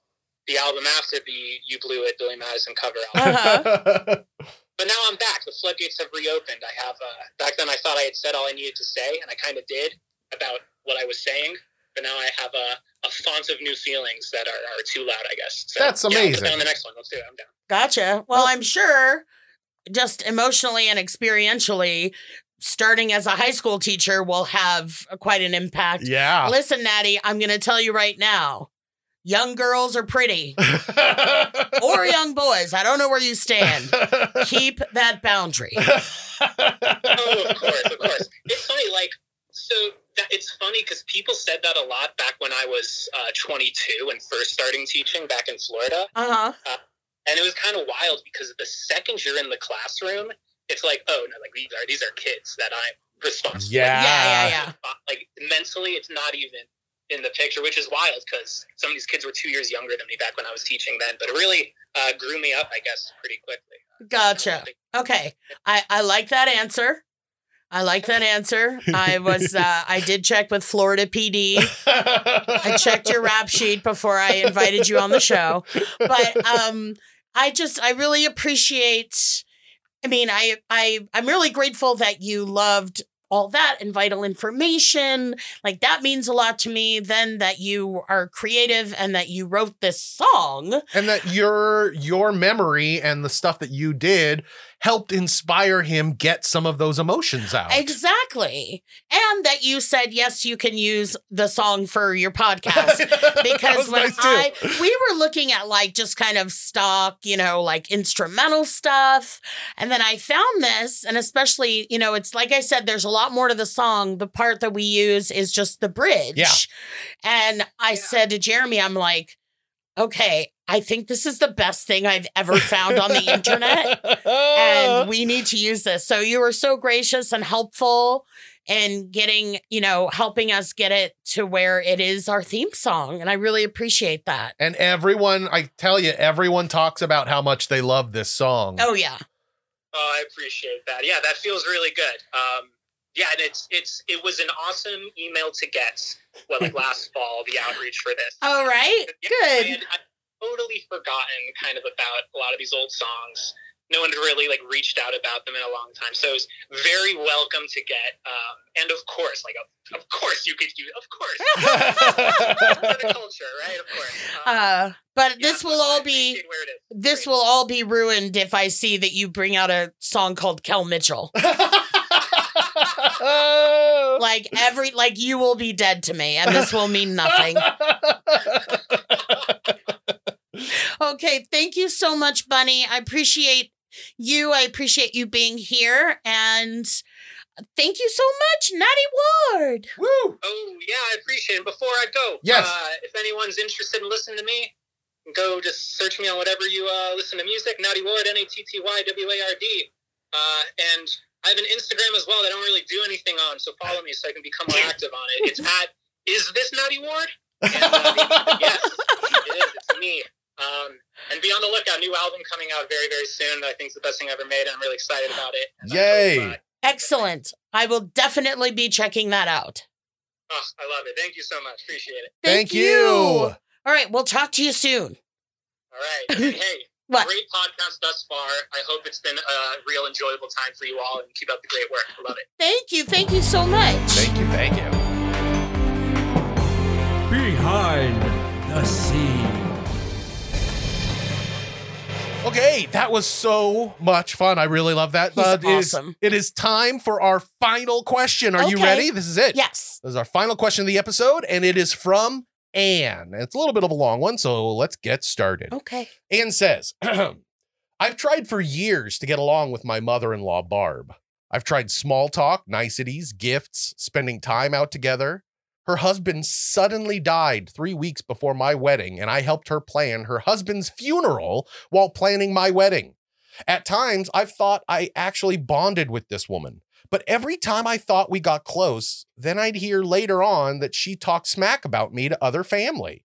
Speaker 8: the album after the You Blew It Billy Madison cover album,
Speaker 3: Uh-huh.
Speaker 8: but now I'm back. The floodgates have reopened. I have uh, back then I thought I had said all I needed to say, and I kind of did about what I was saying. But now I have a, a font of new feelings that are, are too loud, I guess. So,
Speaker 1: That's
Speaker 8: yeah,
Speaker 1: amazing.
Speaker 8: put that on the next one. Let's do it. I'm down.
Speaker 3: Gotcha. Well, I'm sure just emotionally and experientially, starting as a high school teacher will have quite an impact.
Speaker 1: yeah.
Speaker 3: Listen, Natty, I'm going to tell you right now young girls are pretty or young boys. I don't know where you stand. Keep that boundary.
Speaker 8: oh, of course, of course. It's funny, like, so that, it's funny because people said that a lot back when I was uh, 22 and first starting teaching back in Florida.
Speaker 3: Uh huh.
Speaker 8: And it was kind of wild because the second you're in the classroom, it's like, oh, no, like these are, these are kids that I'm responsible
Speaker 1: Yeah.
Speaker 3: Yeah,
Speaker 1: Ah.
Speaker 3: yeah, yeah.
Speaker 8: Like, mentally, it's not even in the picture, which is wild because some of these kids were two years younger than me back when I was teaching then, but it really uh, grew me up, I guess, pretty quickly.
Speaker 3: Gotcha. Okay. I, I like that answer. I like that answer. I was uh, I did check with Florida PD. I checked your rap sheet before I invited you on the show. But um I just I really appreciate I mean, I I I'm really grateful that you loved all that and vital information. Like that means a lot to me then that you are creative and that you wrote this song.
Speaker 1: and that your your memory and the stuff that you did helped inspire him get some of those emotions out.
Speaker 3: Exactly. And that you said yes you can use the song for your podcast. because when I we were looking at like just kind of stock, you know, like instrumental stuff, and then I found this, and especially you know, it's like I said, there's a lot more to the song. The part that we use is just the bridge.
Speaker 1: Yeah.
Speaker 3: And I said to Jeremy, I'm like, okay, I think this is the best thing I've ever found on the internet
Speaker 8: Uh-huh.
Speaker 3: and we need to use this. So you were so gracious and helpful in getting, you know, helping us get it to where it is our theme song. And I really appreciate that.
Speaker 1: and everyone, I tell you, everyone talks about how much they love this song.
Speaker 3: Oh, yeah.
Speaker 8: Oh, I appreciate that. Yeah, that feels really good. Um, yeah, and it's it's it was an awesome email to get. Well, like last fall, the outreach for this.
Speaker 3: All right.
Speaker 8: Yeah, I
Speaker 3: Good.
Speaker 8: had I'd totally forgotten kind of about a lot of these old songs. No one really like reached out about them in a long time, so it was very welcome to get. Um, and of course, like of, of course you could use, of course, for the culture, right? Of course. Um,
Speaker 3: Uh, but
Speaker 8: yeah,
Speaker 3: this will
Speaker 8: I
Speaker 3: all be
Speaker 8: appreciate where it is.
Speaker 3: this
Speaker 8: Great.
Speaker 3: will all be ruined if I see that you bring out a song called Kel Mitchell. Like every like you will be dead to me and this will mean nothing. Okay, thank you so much, Bunny. I appreciate you. I appreciate you being here. And uh, Thank you so much, Natty Ward.
Speaker 5: Woo!
Speaker 8: Oh, yeah, I appreciate it. And Before I go,
Speaker 5: Yes.
Speaker 8: uh, if anyone's interested in listening to me, go just search me on whatever you uh, listen to music. Natty Ward, N A T T Y W A R D. Uh, and I have an Instagram as well that I don't really do anything on, so follow me so I can become more active on it. It's at Is This Natty Ward? Yes, it is. It's me. Um, and be on the lookout. New album coming out very, very soon. that I think it's the best thing I've ever made, and I'm really excited about it. And I
Speaker 1: Yay.
Speaker 8: hope, uh,
Speaker 3: Excellent. I will definitely be checking that out.
Speaker 8: oh, I love it. Thank you so much. Appreciate it.
Speaker 1: Thank you.
Speaker 3: All right, we'll talk to you soon.
Speaker 8: All right. And hey,
Speaker 3: What?
Speaker 8: great podcast thus far. I hope it's been a real enjoyable time for you all and keep up the great work. I love it.
Speaker 3: Thank you. Thank you so much.
Speaker 1: you, thank you.
Speaker 7: Behind the Scene.
Speaker 1: Okay, that was so much fun. I really love that.
Speaker 3: He's
Speaker 1: it is-
Speaker 3: awesome.
Speaker 1: it is time for our final question. Are you
Speaker 3: Okay.
Speaker 1: ready? This is it.
Speaker 3: Yes.
Speaker 1: This is our final question of the episode, and it is from Anne. It's a little bit of a long one, so let's get started.
Speaker 3: Okay.
Speaker 1: Anne says, I've tried for years to get along with my mother in law, Barb. I've tried small talk, niceties, gifts, spending time out together. Her husband suddenly died three weeks before my wedding, and I helped her plan her husband's funeral while planning my wedding. At times, I've thought I actually bonded with this woman, but every time I thought we got close, then I'd hear later on that she talked smack about me to other family.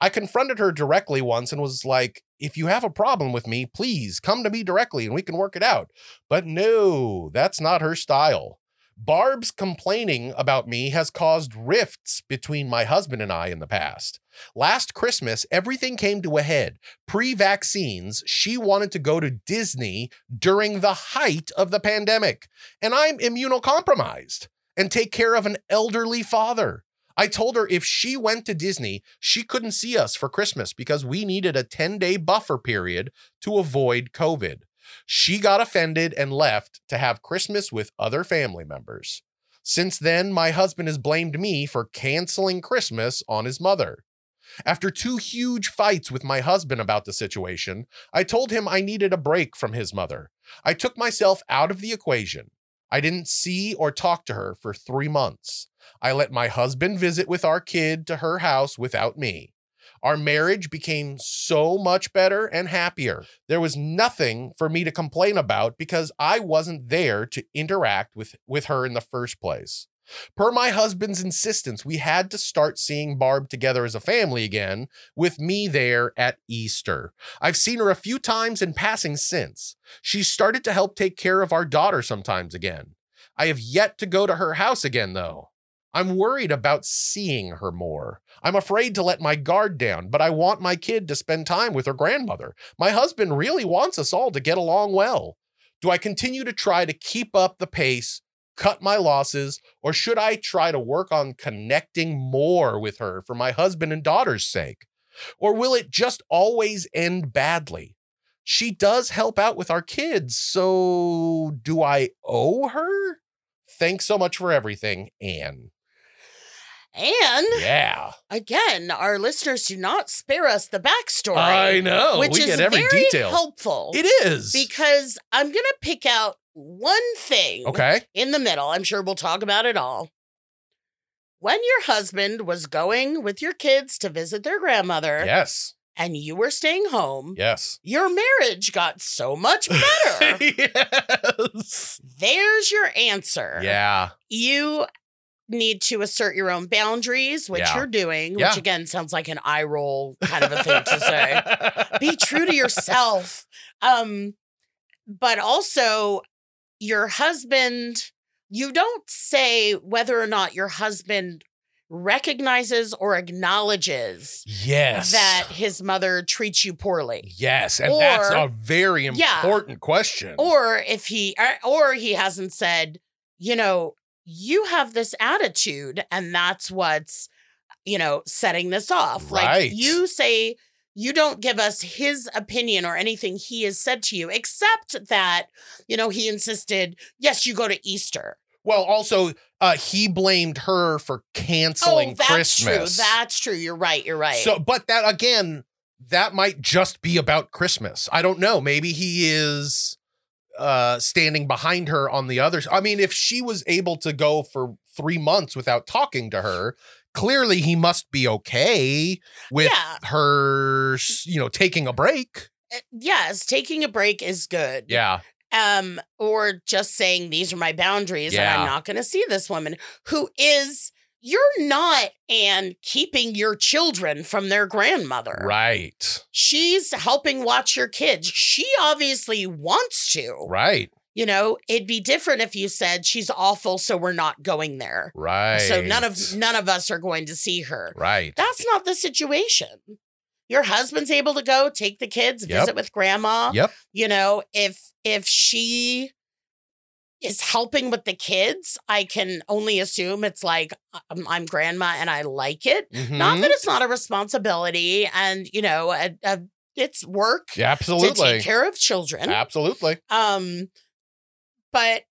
Speaker 1: I confronted her directly once and was like, if you have a problem with me, please come to me directly and we can work it out. But no, that's not her style. Barb's complaining about me has caused rifts between my husband and I in the past. Last Christmas, everything came to a head. Pre vaccines, she wanted to go to Disney during the height of the pandemic, and I'm immunocompromised and take care of an elderly father. I told her if she went to Disney, she couldn't see us for Christmas because we needed a 10 day buffer period to avoid COVID. She got offended and left to have Christmas with other family members. Since then, my husband has blamed me for canceling Christmas on his mother. After two huge fights with my husband about the situation, I told him I needed a break from his mother. I took myself out of the equation. I didn't see or talk to her for three months. I let my husband visit with our kid to her house without me. Our marriage became so much better and happier. There was nothing for me to complain about because I wasn't there to interact with, with her in the first place. Per my husband's insistence, we had to start seeing Barb together as a family again, with me there at Easter. I've seen her a few times in passing since. She started to help take care of our daughter sometimes again. I have yet to go to her house again, though. I'm worried about seeing her more. I'm afraid to let my guard down, but I want my kid to spend time with her grandmother. My husband really wants us all to get along well. Do I continue to try to keep up the pace, cut my losses, or should I try to work on connecting more with her for my husband and daughter's sake? Or will it just always end badly? She does help out with our kids, so do I owe her? Thanks so much for everything, Anne.
Speaker 3: And
Speaker 1: Yeah.
Speaker 3: again, our listeners do not spare us the backstory.
Speaker 1: know.
Speaker 3: which
Speaker 1: we
Speaker 3: is
Speaker 1: get every
Speaker 3: very
Speaker 1: detail.
Speaker 3: helpful
Speaker 1: it is.
Speaker 3: because I'm going to pick out one thing
Speaker 1: okay.
Speaker 3: in the middle. I'm sure we'll talk about it all. When your husband was going with your kids to visit their grandmother
Speaker 1: Yes.
Speaker 3: and you were staying home,
Speaker 1: Yes.
Speaker 3: your marriage got so much better.
Speaker 1: yes.
Speaker 3: There's your answer.
Speaker 1: Yeah.
Speaker 3: You need to assert your own boundaries, which
Speaker 1: Yeah.
Speaker 3: you're doing,
Speaker 1: Yeah.
Speaker 3: which again sounds like an eye roll kind of a thing to say. Be true to yourself. Um, but also your husband, you don't say whether or not your husband recognizes or acknowledges
Speaker 1: Yes.
Speaker 3: that his mother treats you poorly.
Speaker 1: Yes. And that's
Speaker 3: Or-
Speaker 1: a very
Speaker 3: Yeah.
Speaker 1: important question.
Speaker 3: or if he uh, or or he hasn't said you know you have this attitude and that's what's you know setting this off
Speaker 1: Right.
Speaker 3: like you say you don't give us his opinion or anything he has said to you except that you know he insisted yes you go to easter
Speaker 1: well, also, uh, he blamed her for canceling
Speaker 3: oh that's
Speaker 1: Christmas.
Speaker 3: true that's true you're right you're right
Speaker 1: So, but that again, that might just be about Christmas. I don't know. Maybe he is uh, standing behind her on the other. I mean, if she was able to go for three months without talking to her, clearly he must be okay with
Speaker 3: Yeah.
Speaker 1: her, s- you know, taking a break.
Speaker 3: Uh, Yes, taking a break is good.
Speaker 1: Yeah.
Speaker 3: Um, or just saying these are my boundaries and
Speaker 1: Yeah.
Speaker 3: I'm not gonna see this woman who is you're not and keeping your children from their grandmother.
Speaker 1: Right.
Speaker 3: She's helping watch your kids. She obviously wants to.
Speaker 1: Right.
Speaker 3: You know, it'd be different if you said she's awful, so we're not going there.
Speaker 1: Right.
Speaker 3: So none of none of us are going to see her.
Speaker 1: Right.
Speaker 3: That's not the situation. Your husband's able to go take the kids,
Speaker 1: Yep.
Speaker 3: visit with grandma.
Speaker 1: Yep.
Speaker 3: You know, if if she is helping with the kids, I can only assume it's like I'm, I'm grandma and I like it. Not
Speaker 1: Mhm.
Speaker 3: that it's not a responsibility, and you know, a, a, it's work
Speaker 1: Yeah,
Speaker 3: to take
Speaker 1: absolutely.
Speaker 3: care of children.
Speaker 1: Absolutely.
Speaker 3: Um, but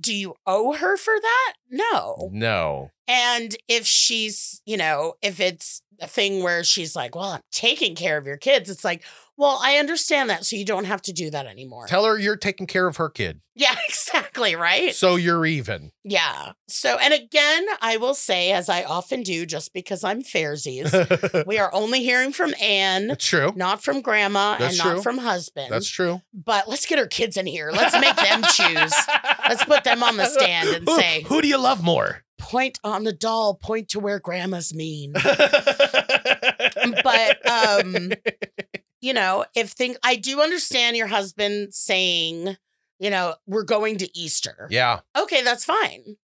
Speaker 3: do you owe her for that?
Speaker 1: Mm-hmm.
Speaker 3: No.
Speaker 1: No.
Speaker 3: And if she's, you know, if it's a thing where she's like, well, I'm taking care of your kids, it's like, well, I understand that. So you don't have to do that anymore.
Speaker 1: Tell her you're taking care of her kid.
Speaker 3: yeah, exactly. Right.
Speaker 1: So you're even.
Speaker 3: yeah. So, and again, I will say, as I often do, just because I'm fairsies,
Speaker 1: That's
Speaker 3: we are only hearing from Anne,
Speaker 1: true.
Speaker 3: not from grandma,
Speaker 1: That's
Speaker 3: and not
Speaker 1: true.
Speaker 3: from husband.
Speaker 1: That's true.
Speaker 3: but let's get her kids in here. Let's make them choose. Let's put them on the stand and
Speaker 1: Who-
Speaker 3: say-
Speaker 1: Who do you love more?
Speaker 3: Point on the doll, point to where grandma's mean.
Speaker 1: but
Speaker 3: but um you know if thing i do understand your husband saying you know we're going to easter
Speaker 1: Yeah.
Speaker 3: okay that's fine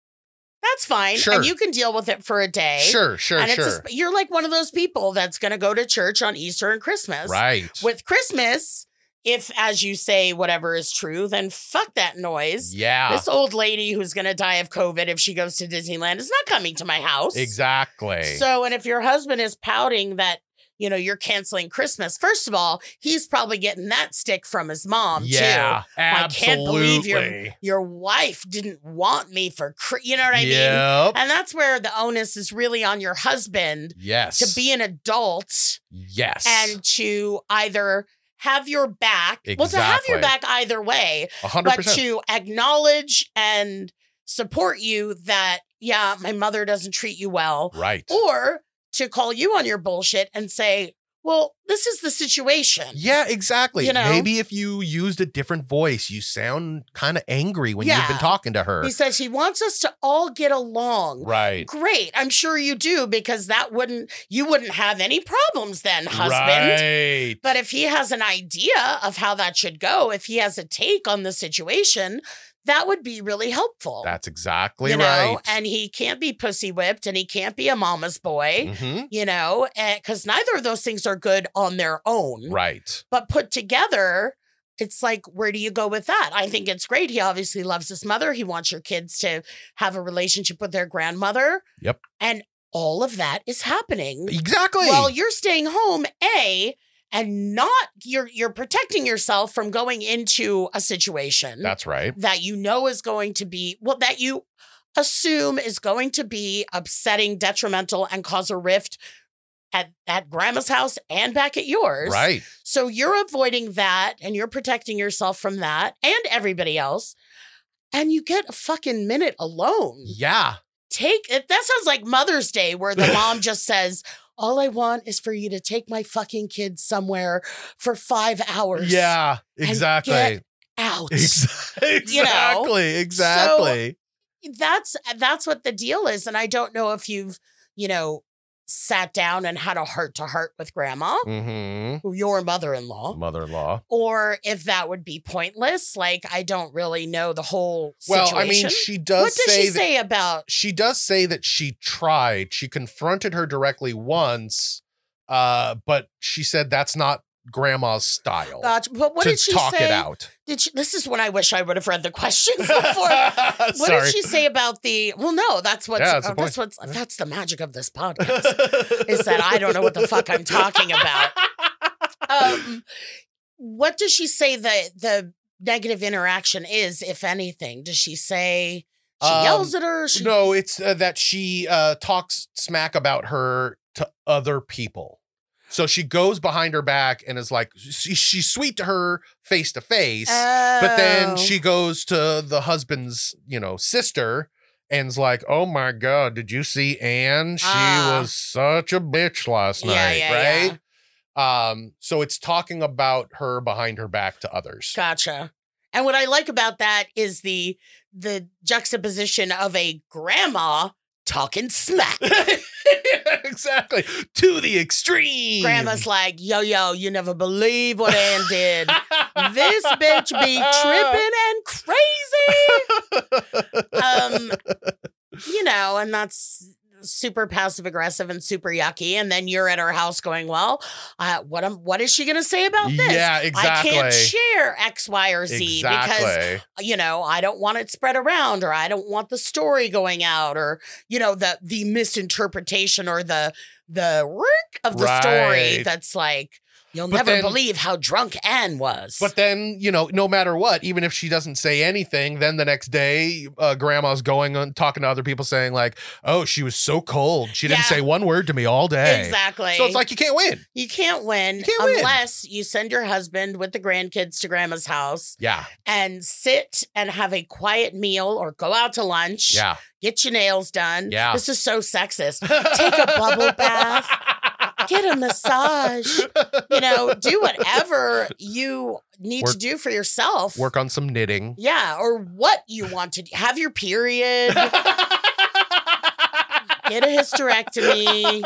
Speaker 3: that's fine
Speaker 1: Sure.
Speaker 3: and you can deal with it for a day
Speaker 1: Sure, sure,
Speaker 3: and it's a
Speaker 1: sure.
Speaker 3: sp- you're like one of those people that's going to go to church on easter and christmas
Speaker 1: right.
Speaker 3: with christmas if as you say whatever is true then fuck that noise
Speaker 1: yeah.
Speaker 3: this old lady who's going to die of covid if she goes to disneyland is not coming to my house
Speaker 1: Exactly.
Speaker 3: so, and if your husband is pouting that, you know, you're canceling Christmas, first of all, he's probably getting that stick from his mom, too.
Speaker 1: yeah.
Speaker 3: I can't believe you're-
Speaker 1: absolutely.
Speaker 3: Your wife didn't want me for, cr- you know what I mean?
Speaker 1: Yep.
Speaker 3: And that's where the onus is really on your husband
Speaker 1: yes.
Speaker 3: to be an adult
Speaker 1: yes.
Speaker 3: and to either have your back, well, to have your
Speaker 1: Exactly.
Speaker 3: back either way,
Speaker 1: A hundred
Speaker 3: but
Speaker 1: percent.
Speaker 3: to acknowledge and support you that, yeah, my mother doesn't treat you well.
Speaker 1: Right.
Speaker 3: or to call you on your bullshit and say, "Well, this is the situation."
Speaker 1: yeah, exactly.
Speaker 3: You know?
Speaker 1: Maybe if you used a different voice, you sound kind of angry when you've been
Speaker 3: Yeah.
Speaker 1: talking to her.
Speaker 3: He says he wants us to all get along.
Speaker 1: right.
Speaker 3: Great, I'm sure you do because that wouldn't you wouldn't have any problems then, husband.
Speaker 1: Right.
Speaker 3: But if he has an idea of how that should go, if he has a take on the situation, that would be really helpful.
Speaker 1: That's exactly
Speaker 3: you know,
Speaker 1: right.
Speaker 3: and he can't be pussy whipped, and he can't be a mama's boy.
Speaker 1: Mhm.
Speaker 3: You know, because neither of those things are good on their own.
Speaker 1: Right.
Speaker 3: but put together it's like where do you go with that i think it's great he obviously loves his mother he wants your kids to have a relationship with their grandmother
Speaker 1: Yep.
Speaker 3: and all of that is happening
Speaker 1: Exactly.
Speaker 3: while you're staying home a and not you're you're protecting yourself from going into a situation
Speaker 1: That's right.
Speaker 3: that you know is going to be well that you assume is going to be upsetting detrimental and cause a rift at, at grandma's house and back at yours
Speaker 1: Right.
Speaker 3: so you're avoiding that and you're protecting yourself from that and everybody else. And you get a fucking minute alone.
Speaker 1: Yeah.
Speaker 3: Take it. That sounds like Mother's Day, where the mom just says, All I want is for you to take my fucking kids somewhere for five hours.
Speaker 1: Yeah.
Speaker 3: and
Speaker 1: Exactly.
Speaker 3: get Out.
Speaker 1: Ex- Exactly.
Speaker 3: You know?
Speaker 1: Exactly.
Speaker 3: that's that's what the deal is. And I don't know if you've, you know, sat down and had a heart to heart with grandma,
Speaker 1: mm-hmm.
Speaker 3: your mother-in-law.
Speaker 1: Mother-in-law.
Speaker 3: or if that would be pointless. Like I don't really know the whole
Speaker 1: Well,
Speaker 3: situation.
Speaker 1: I mean, she does
Speaker 3: what does
Speaker 1: say
Speaker 3: she
Speaker 1: that
Speaker 3: say about?
Speaker 1: she does say that she tried. She confronted her directly once, uh, but she said that's not grandma's style
Speaker 3: Gotcha. But what
Speaker 1: to
Speaker 3: did she
Speaker 1: talk
Speaker 3: say?
Speaker 1: it out.
Speaker 3: Did she, this is when I wish I would have read the questions before. what
Speaker 1: Sorry.
Speaker 3: did she say about the? Well, no, that's what's
Speaker 1: Yeah,
Speaker 3: oh,
Speaker 1: that's
Speaker 3: that's,
Speaker 1: the
Speaker 3: what's that's the magic of this podcast is that I don't know what the fuck I'm talking about. Um, what does she say the the negative interaction is, if anything? Does she say she
Speaker 1: Um,
Speaker 3: yells at her? She,
Speaker 1: no, it's uh, that she uh, talks smack about her to other people. So she goes behind her back and is like, she, she's sweet to her face to face. But
Speaker 3: oh,
Speaker 1: then she goes to the husband's, you know, sister and's like, "Oh my god, did you see Anne? She
Speaker 3: Ah.
Speaker 1: was such a bitch last
Speaker 3: Yeah,
Speaker 1: night,
Speaker 3: yeah,
Speaker 1: right?" Um, so it's talking about her behind her back to others.
Speaker 3: Gotcha. And what I like about that is the the juxtaposition of a grandma talking smack.
Speaker 1: exactly. To the extreme.
Speaker 3: Grandma's like, yo, yo, you never believe what Ann did. This bitch be tripping and crazy. Um, you know, and that's super passive aggressive and super yucky. And then you're at her house going, well, uh, what am, what is she going to say about this?
Speaker 1: Yeah, exactly.
Speaker 3: I can't share X, Y, or Z because
Speaker 1: exactly.
Speaker 3: you know, I don't want it spread around or I don't want the story going out or you know the the misinterpretation or the the work of the story
Speaker 1: Right.
Speaker 3: that's like you'll
Speaker 1: But
Speaker 3: never
Speaker 1: then-
Speaker 3: believe how drunk Anne was.
Speaker 1: But then, you know, no matter what, even if she doesn't say anything, then the next day, uh, grandma's going on talking to other people saying, like, oh, she was so cold. She didn't
Speaker 3: Yeah.
Speaker 1: say one word to me all day.
Speaker 3: exactly.
Speaker 1: So it's like you can't win.
Speaker 3: you can't win
Speaker 1: You can't win.
Speaker 3: unless you send your husband with the grandkids to grandma's house
Speaker 1: Yeah.
Speaker 3: and sit and have a quiet meal or go out to lunch.
Speaker 1: Yeah.
Speaker 3: Get your nails done.
Speaker 1: Yeah.
Speaker 3: This is so sexist. Take a bubble bath. Get a massage. you know, do whatever you need to
Speaker 1: Work-
Speaker 3: do for yourself.
Speaker 1: Work on some knitting.
Speaker 3: Yeah, or what you want to do. Have your period, get a hysterectomy,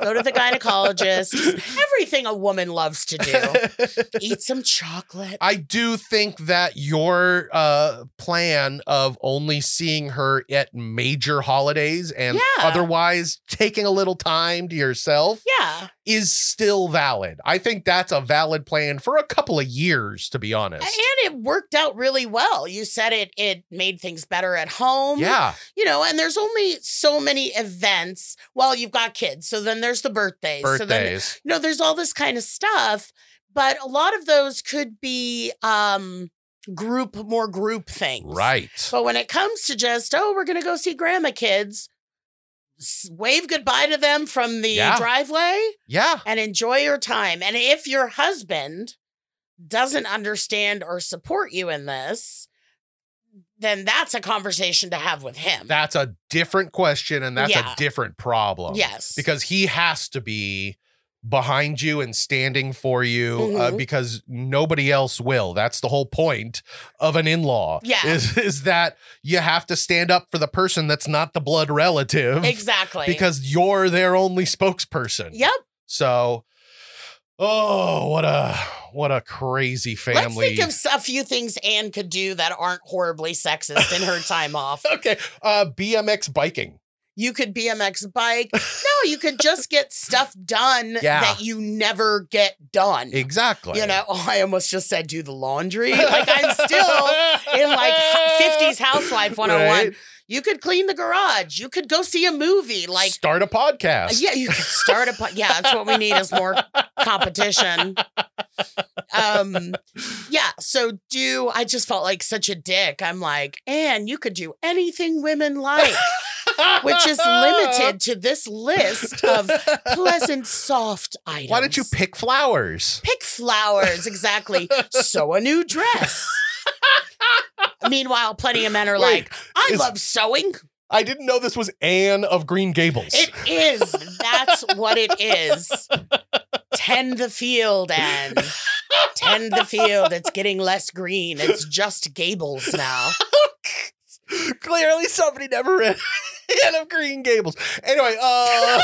Speaker 3: go to the gynecologist. Just Everything a woman loves to do. Eat some chocolate.
Speaker 1: I do think that your uh, plan of only seeing her at major holidays and
Speaker 3: Yeah.
Speaker 1: otherwise taking a little time to yourself
Speaker 3: Yeah.
Speaker 1: is still valid. I think that's a valid plan for a couple of years, to be honest.
Speaker 3: And it worked out really well. You said it it made things better at home.
Speaker 1: yeah,
Speaker 3: You know, and there's only so many events. Well, you've got kids. So then there's the birthdays. So then
Speaker 1: birthdays.
Speaker 3: you know, there's all this kind of stuff, but a lot of those could be um group more group things.
Speaker 1: right.
Speaker 3: But when it comes to just, oh, we're gonna go see grandma kids, s- wave goodbye to them from the
Speaker 1: Yeah.
Speaker 3: driveway
Speaker 1: Yeah.
Speaker 3: and enjoy your time. And if your husband doesn't understand or support you in this, then that's a conversation to have with him.
Speaker 1: That's a different question and that's
Speaker 3: Yeah.
Speaker 1: a different problem.
Speaker 3: yes.
Speaker 1: Because he has to be behind you and standing for you uh,
Speaker 3: Mhm.
Speaker 1: because nobody else will. That's the whole point of an in-law.
Speaker 3: Yeah.
Speaker 1: Is is that you have to stand up for the person that's not the blood relative
Speaker 3: exactly.
Speaker 1: because you're their only spokesperson.
Speaker 3: yep.
Speaker 1: So, oh, what a what a crazy
Speaker 3: Let's
Speaker 1: family.
Speaker 3: think of s- a few things Anne could do that aren't horribly sexist in her time off.
Speaker 1: okay, uh, BMX biking.
Speaker 3: You could BMX bike. No, you could just get stuff done
Speaker 1: Yeah.
Speaker 3: that you never get done.
Speaker 1: Exactly.
Speaker 3: You know, oh, I almost just said do the laundry. Like I'm still in like 50s Housewife 101.
Speaker 1: Right?
Speaker 3: You could clean the garage. You could go see a movie. Like, uh,
Speaker 1: start a podcast.
Speaker 3: yeah, you could start a. Po- yeah, that's what we need is more competition. Um, yeah. So do I just felt like such a dick? I'm like, Anne, you could do anything women like, which is limited to this list of pleasant, soft items.
Speaker 1: Why don't you pick flowers?
Speaker 3: pick flowers? Exactly. Sew a new dress. Meanwhile, plenty of men are
Speaker 1: Wait,
Speaker 3: like, I
Speaker 1: is-
Speaker 3: love sewing.
Speaker 1: I didn't know this was Anne of Green Gables.
Speaker 3: It is. That's what it is. Tend the field, Anne. Tend the field. It's getting less green. It's just gables now.
Speaker 1: Clearly, somebody never read Anne of Green Gables. Anyway, uh,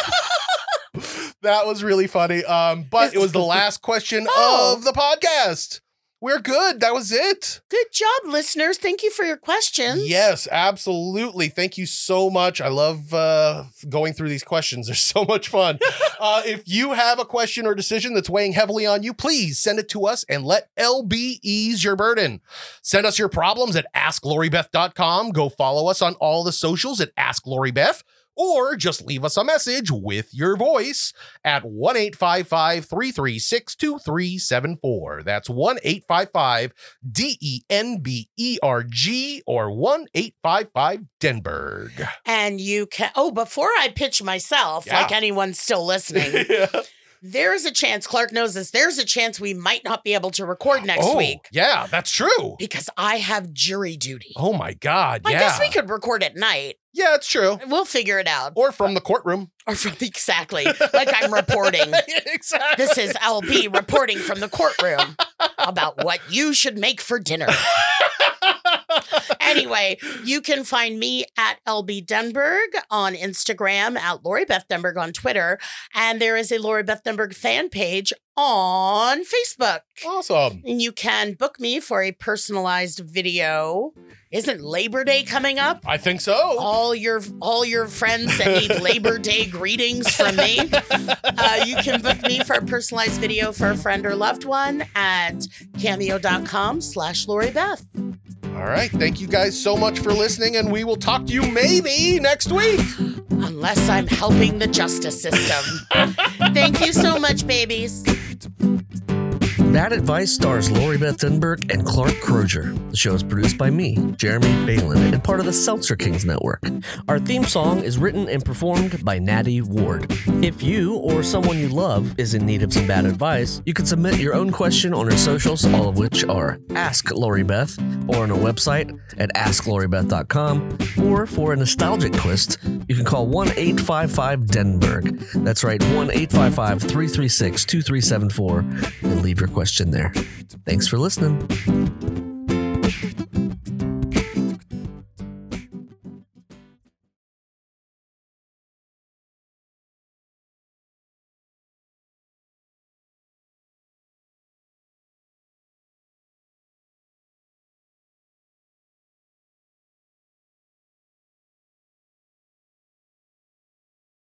Speaker 1: that was really funny. Um, but it was the last question
Speaker 3: Oh.
Speaker 1: of the podcast. We're good. That was it.
Speaker 3: Good job, listeners. Thank you for your questions.
Speaker 1: Yes, absolutely. Thank you so much. I love uh, going through these questions. They're so much fun. uh, if you have a question or decision that's weighing heavily on you, please send it to us and let LB ease your burden. Send us your problems at AskLoriBeth.com. Go follow us on all the socials at AskLoriBeth. Or just leave us a message with your voice at 1 855 336 2374. That's 1 855 D E N B E R G or 1 855 Denberg.
Speaker 3: And you can, oh, before I pitch myself,
Speaker 1: Yeah.
Speaker 3: like anyone's still listening, There's a chance, Clark knows this, there's a chance we might not be able to record next
Speaker 1: oh,
Speaker 3: week
Speaker 1: yeah, that's true.
Speaker 3: because I have jury duty.
Speaker 1: Oh my God.
Speaker 3: I
Speaker 1: yeah.
Speaker 3: guess we could record at night.
Speaker 1: Yeah, it's true.
Speaker 3: We'll figure it out.
Speaker 1: Or from the courtroom.
Speaker 3: Or from exactly like I'm reporting.
Speaker 1: exactly.
Speaker 3: This is LB reporting from the courtroom about what you should make for dinner. Anyway, you can find me at LB Denberg on Instagram, at Lori Beth Denberg on Twitter, and there is a Lori Beth Denberg fan page on Facebook.
Speaker 1: Oh, awesome.
Speaker 3: And you can book me for a personalized video. Isn't Labor Day coming up?
Speaker 1: I think so.
Speaker 3: all your all your friends that need Labor Day greetings from me. Uh, you can book me for a personalized video for a friend or loved one at cameo.com slash Lori Beth.
Speaker 1: All right. Thank you guys so much for listening, and we will talk to you maybe next week.
Speaker 3: Unless I'm helping the justice system. Thank you so much, babies.
Speaker 8: That Advice stars Lori Beth Denberg and Clark Crozier. The show is produced by me, Jeremy Balin, and part of the Seltzer Kings Network. Our theme song is written and performed by Natty Ward. If you or someone you love is in need of some bad advice, you can submit your own question on our socials, all of which are Ask Lori Beth, or on our website at AskLoriBeth.com, or for a nostalgic twist, you can call 1 855 Denberg. That's right, 1 855 336 2374, and leave your question there. Thanks for listening.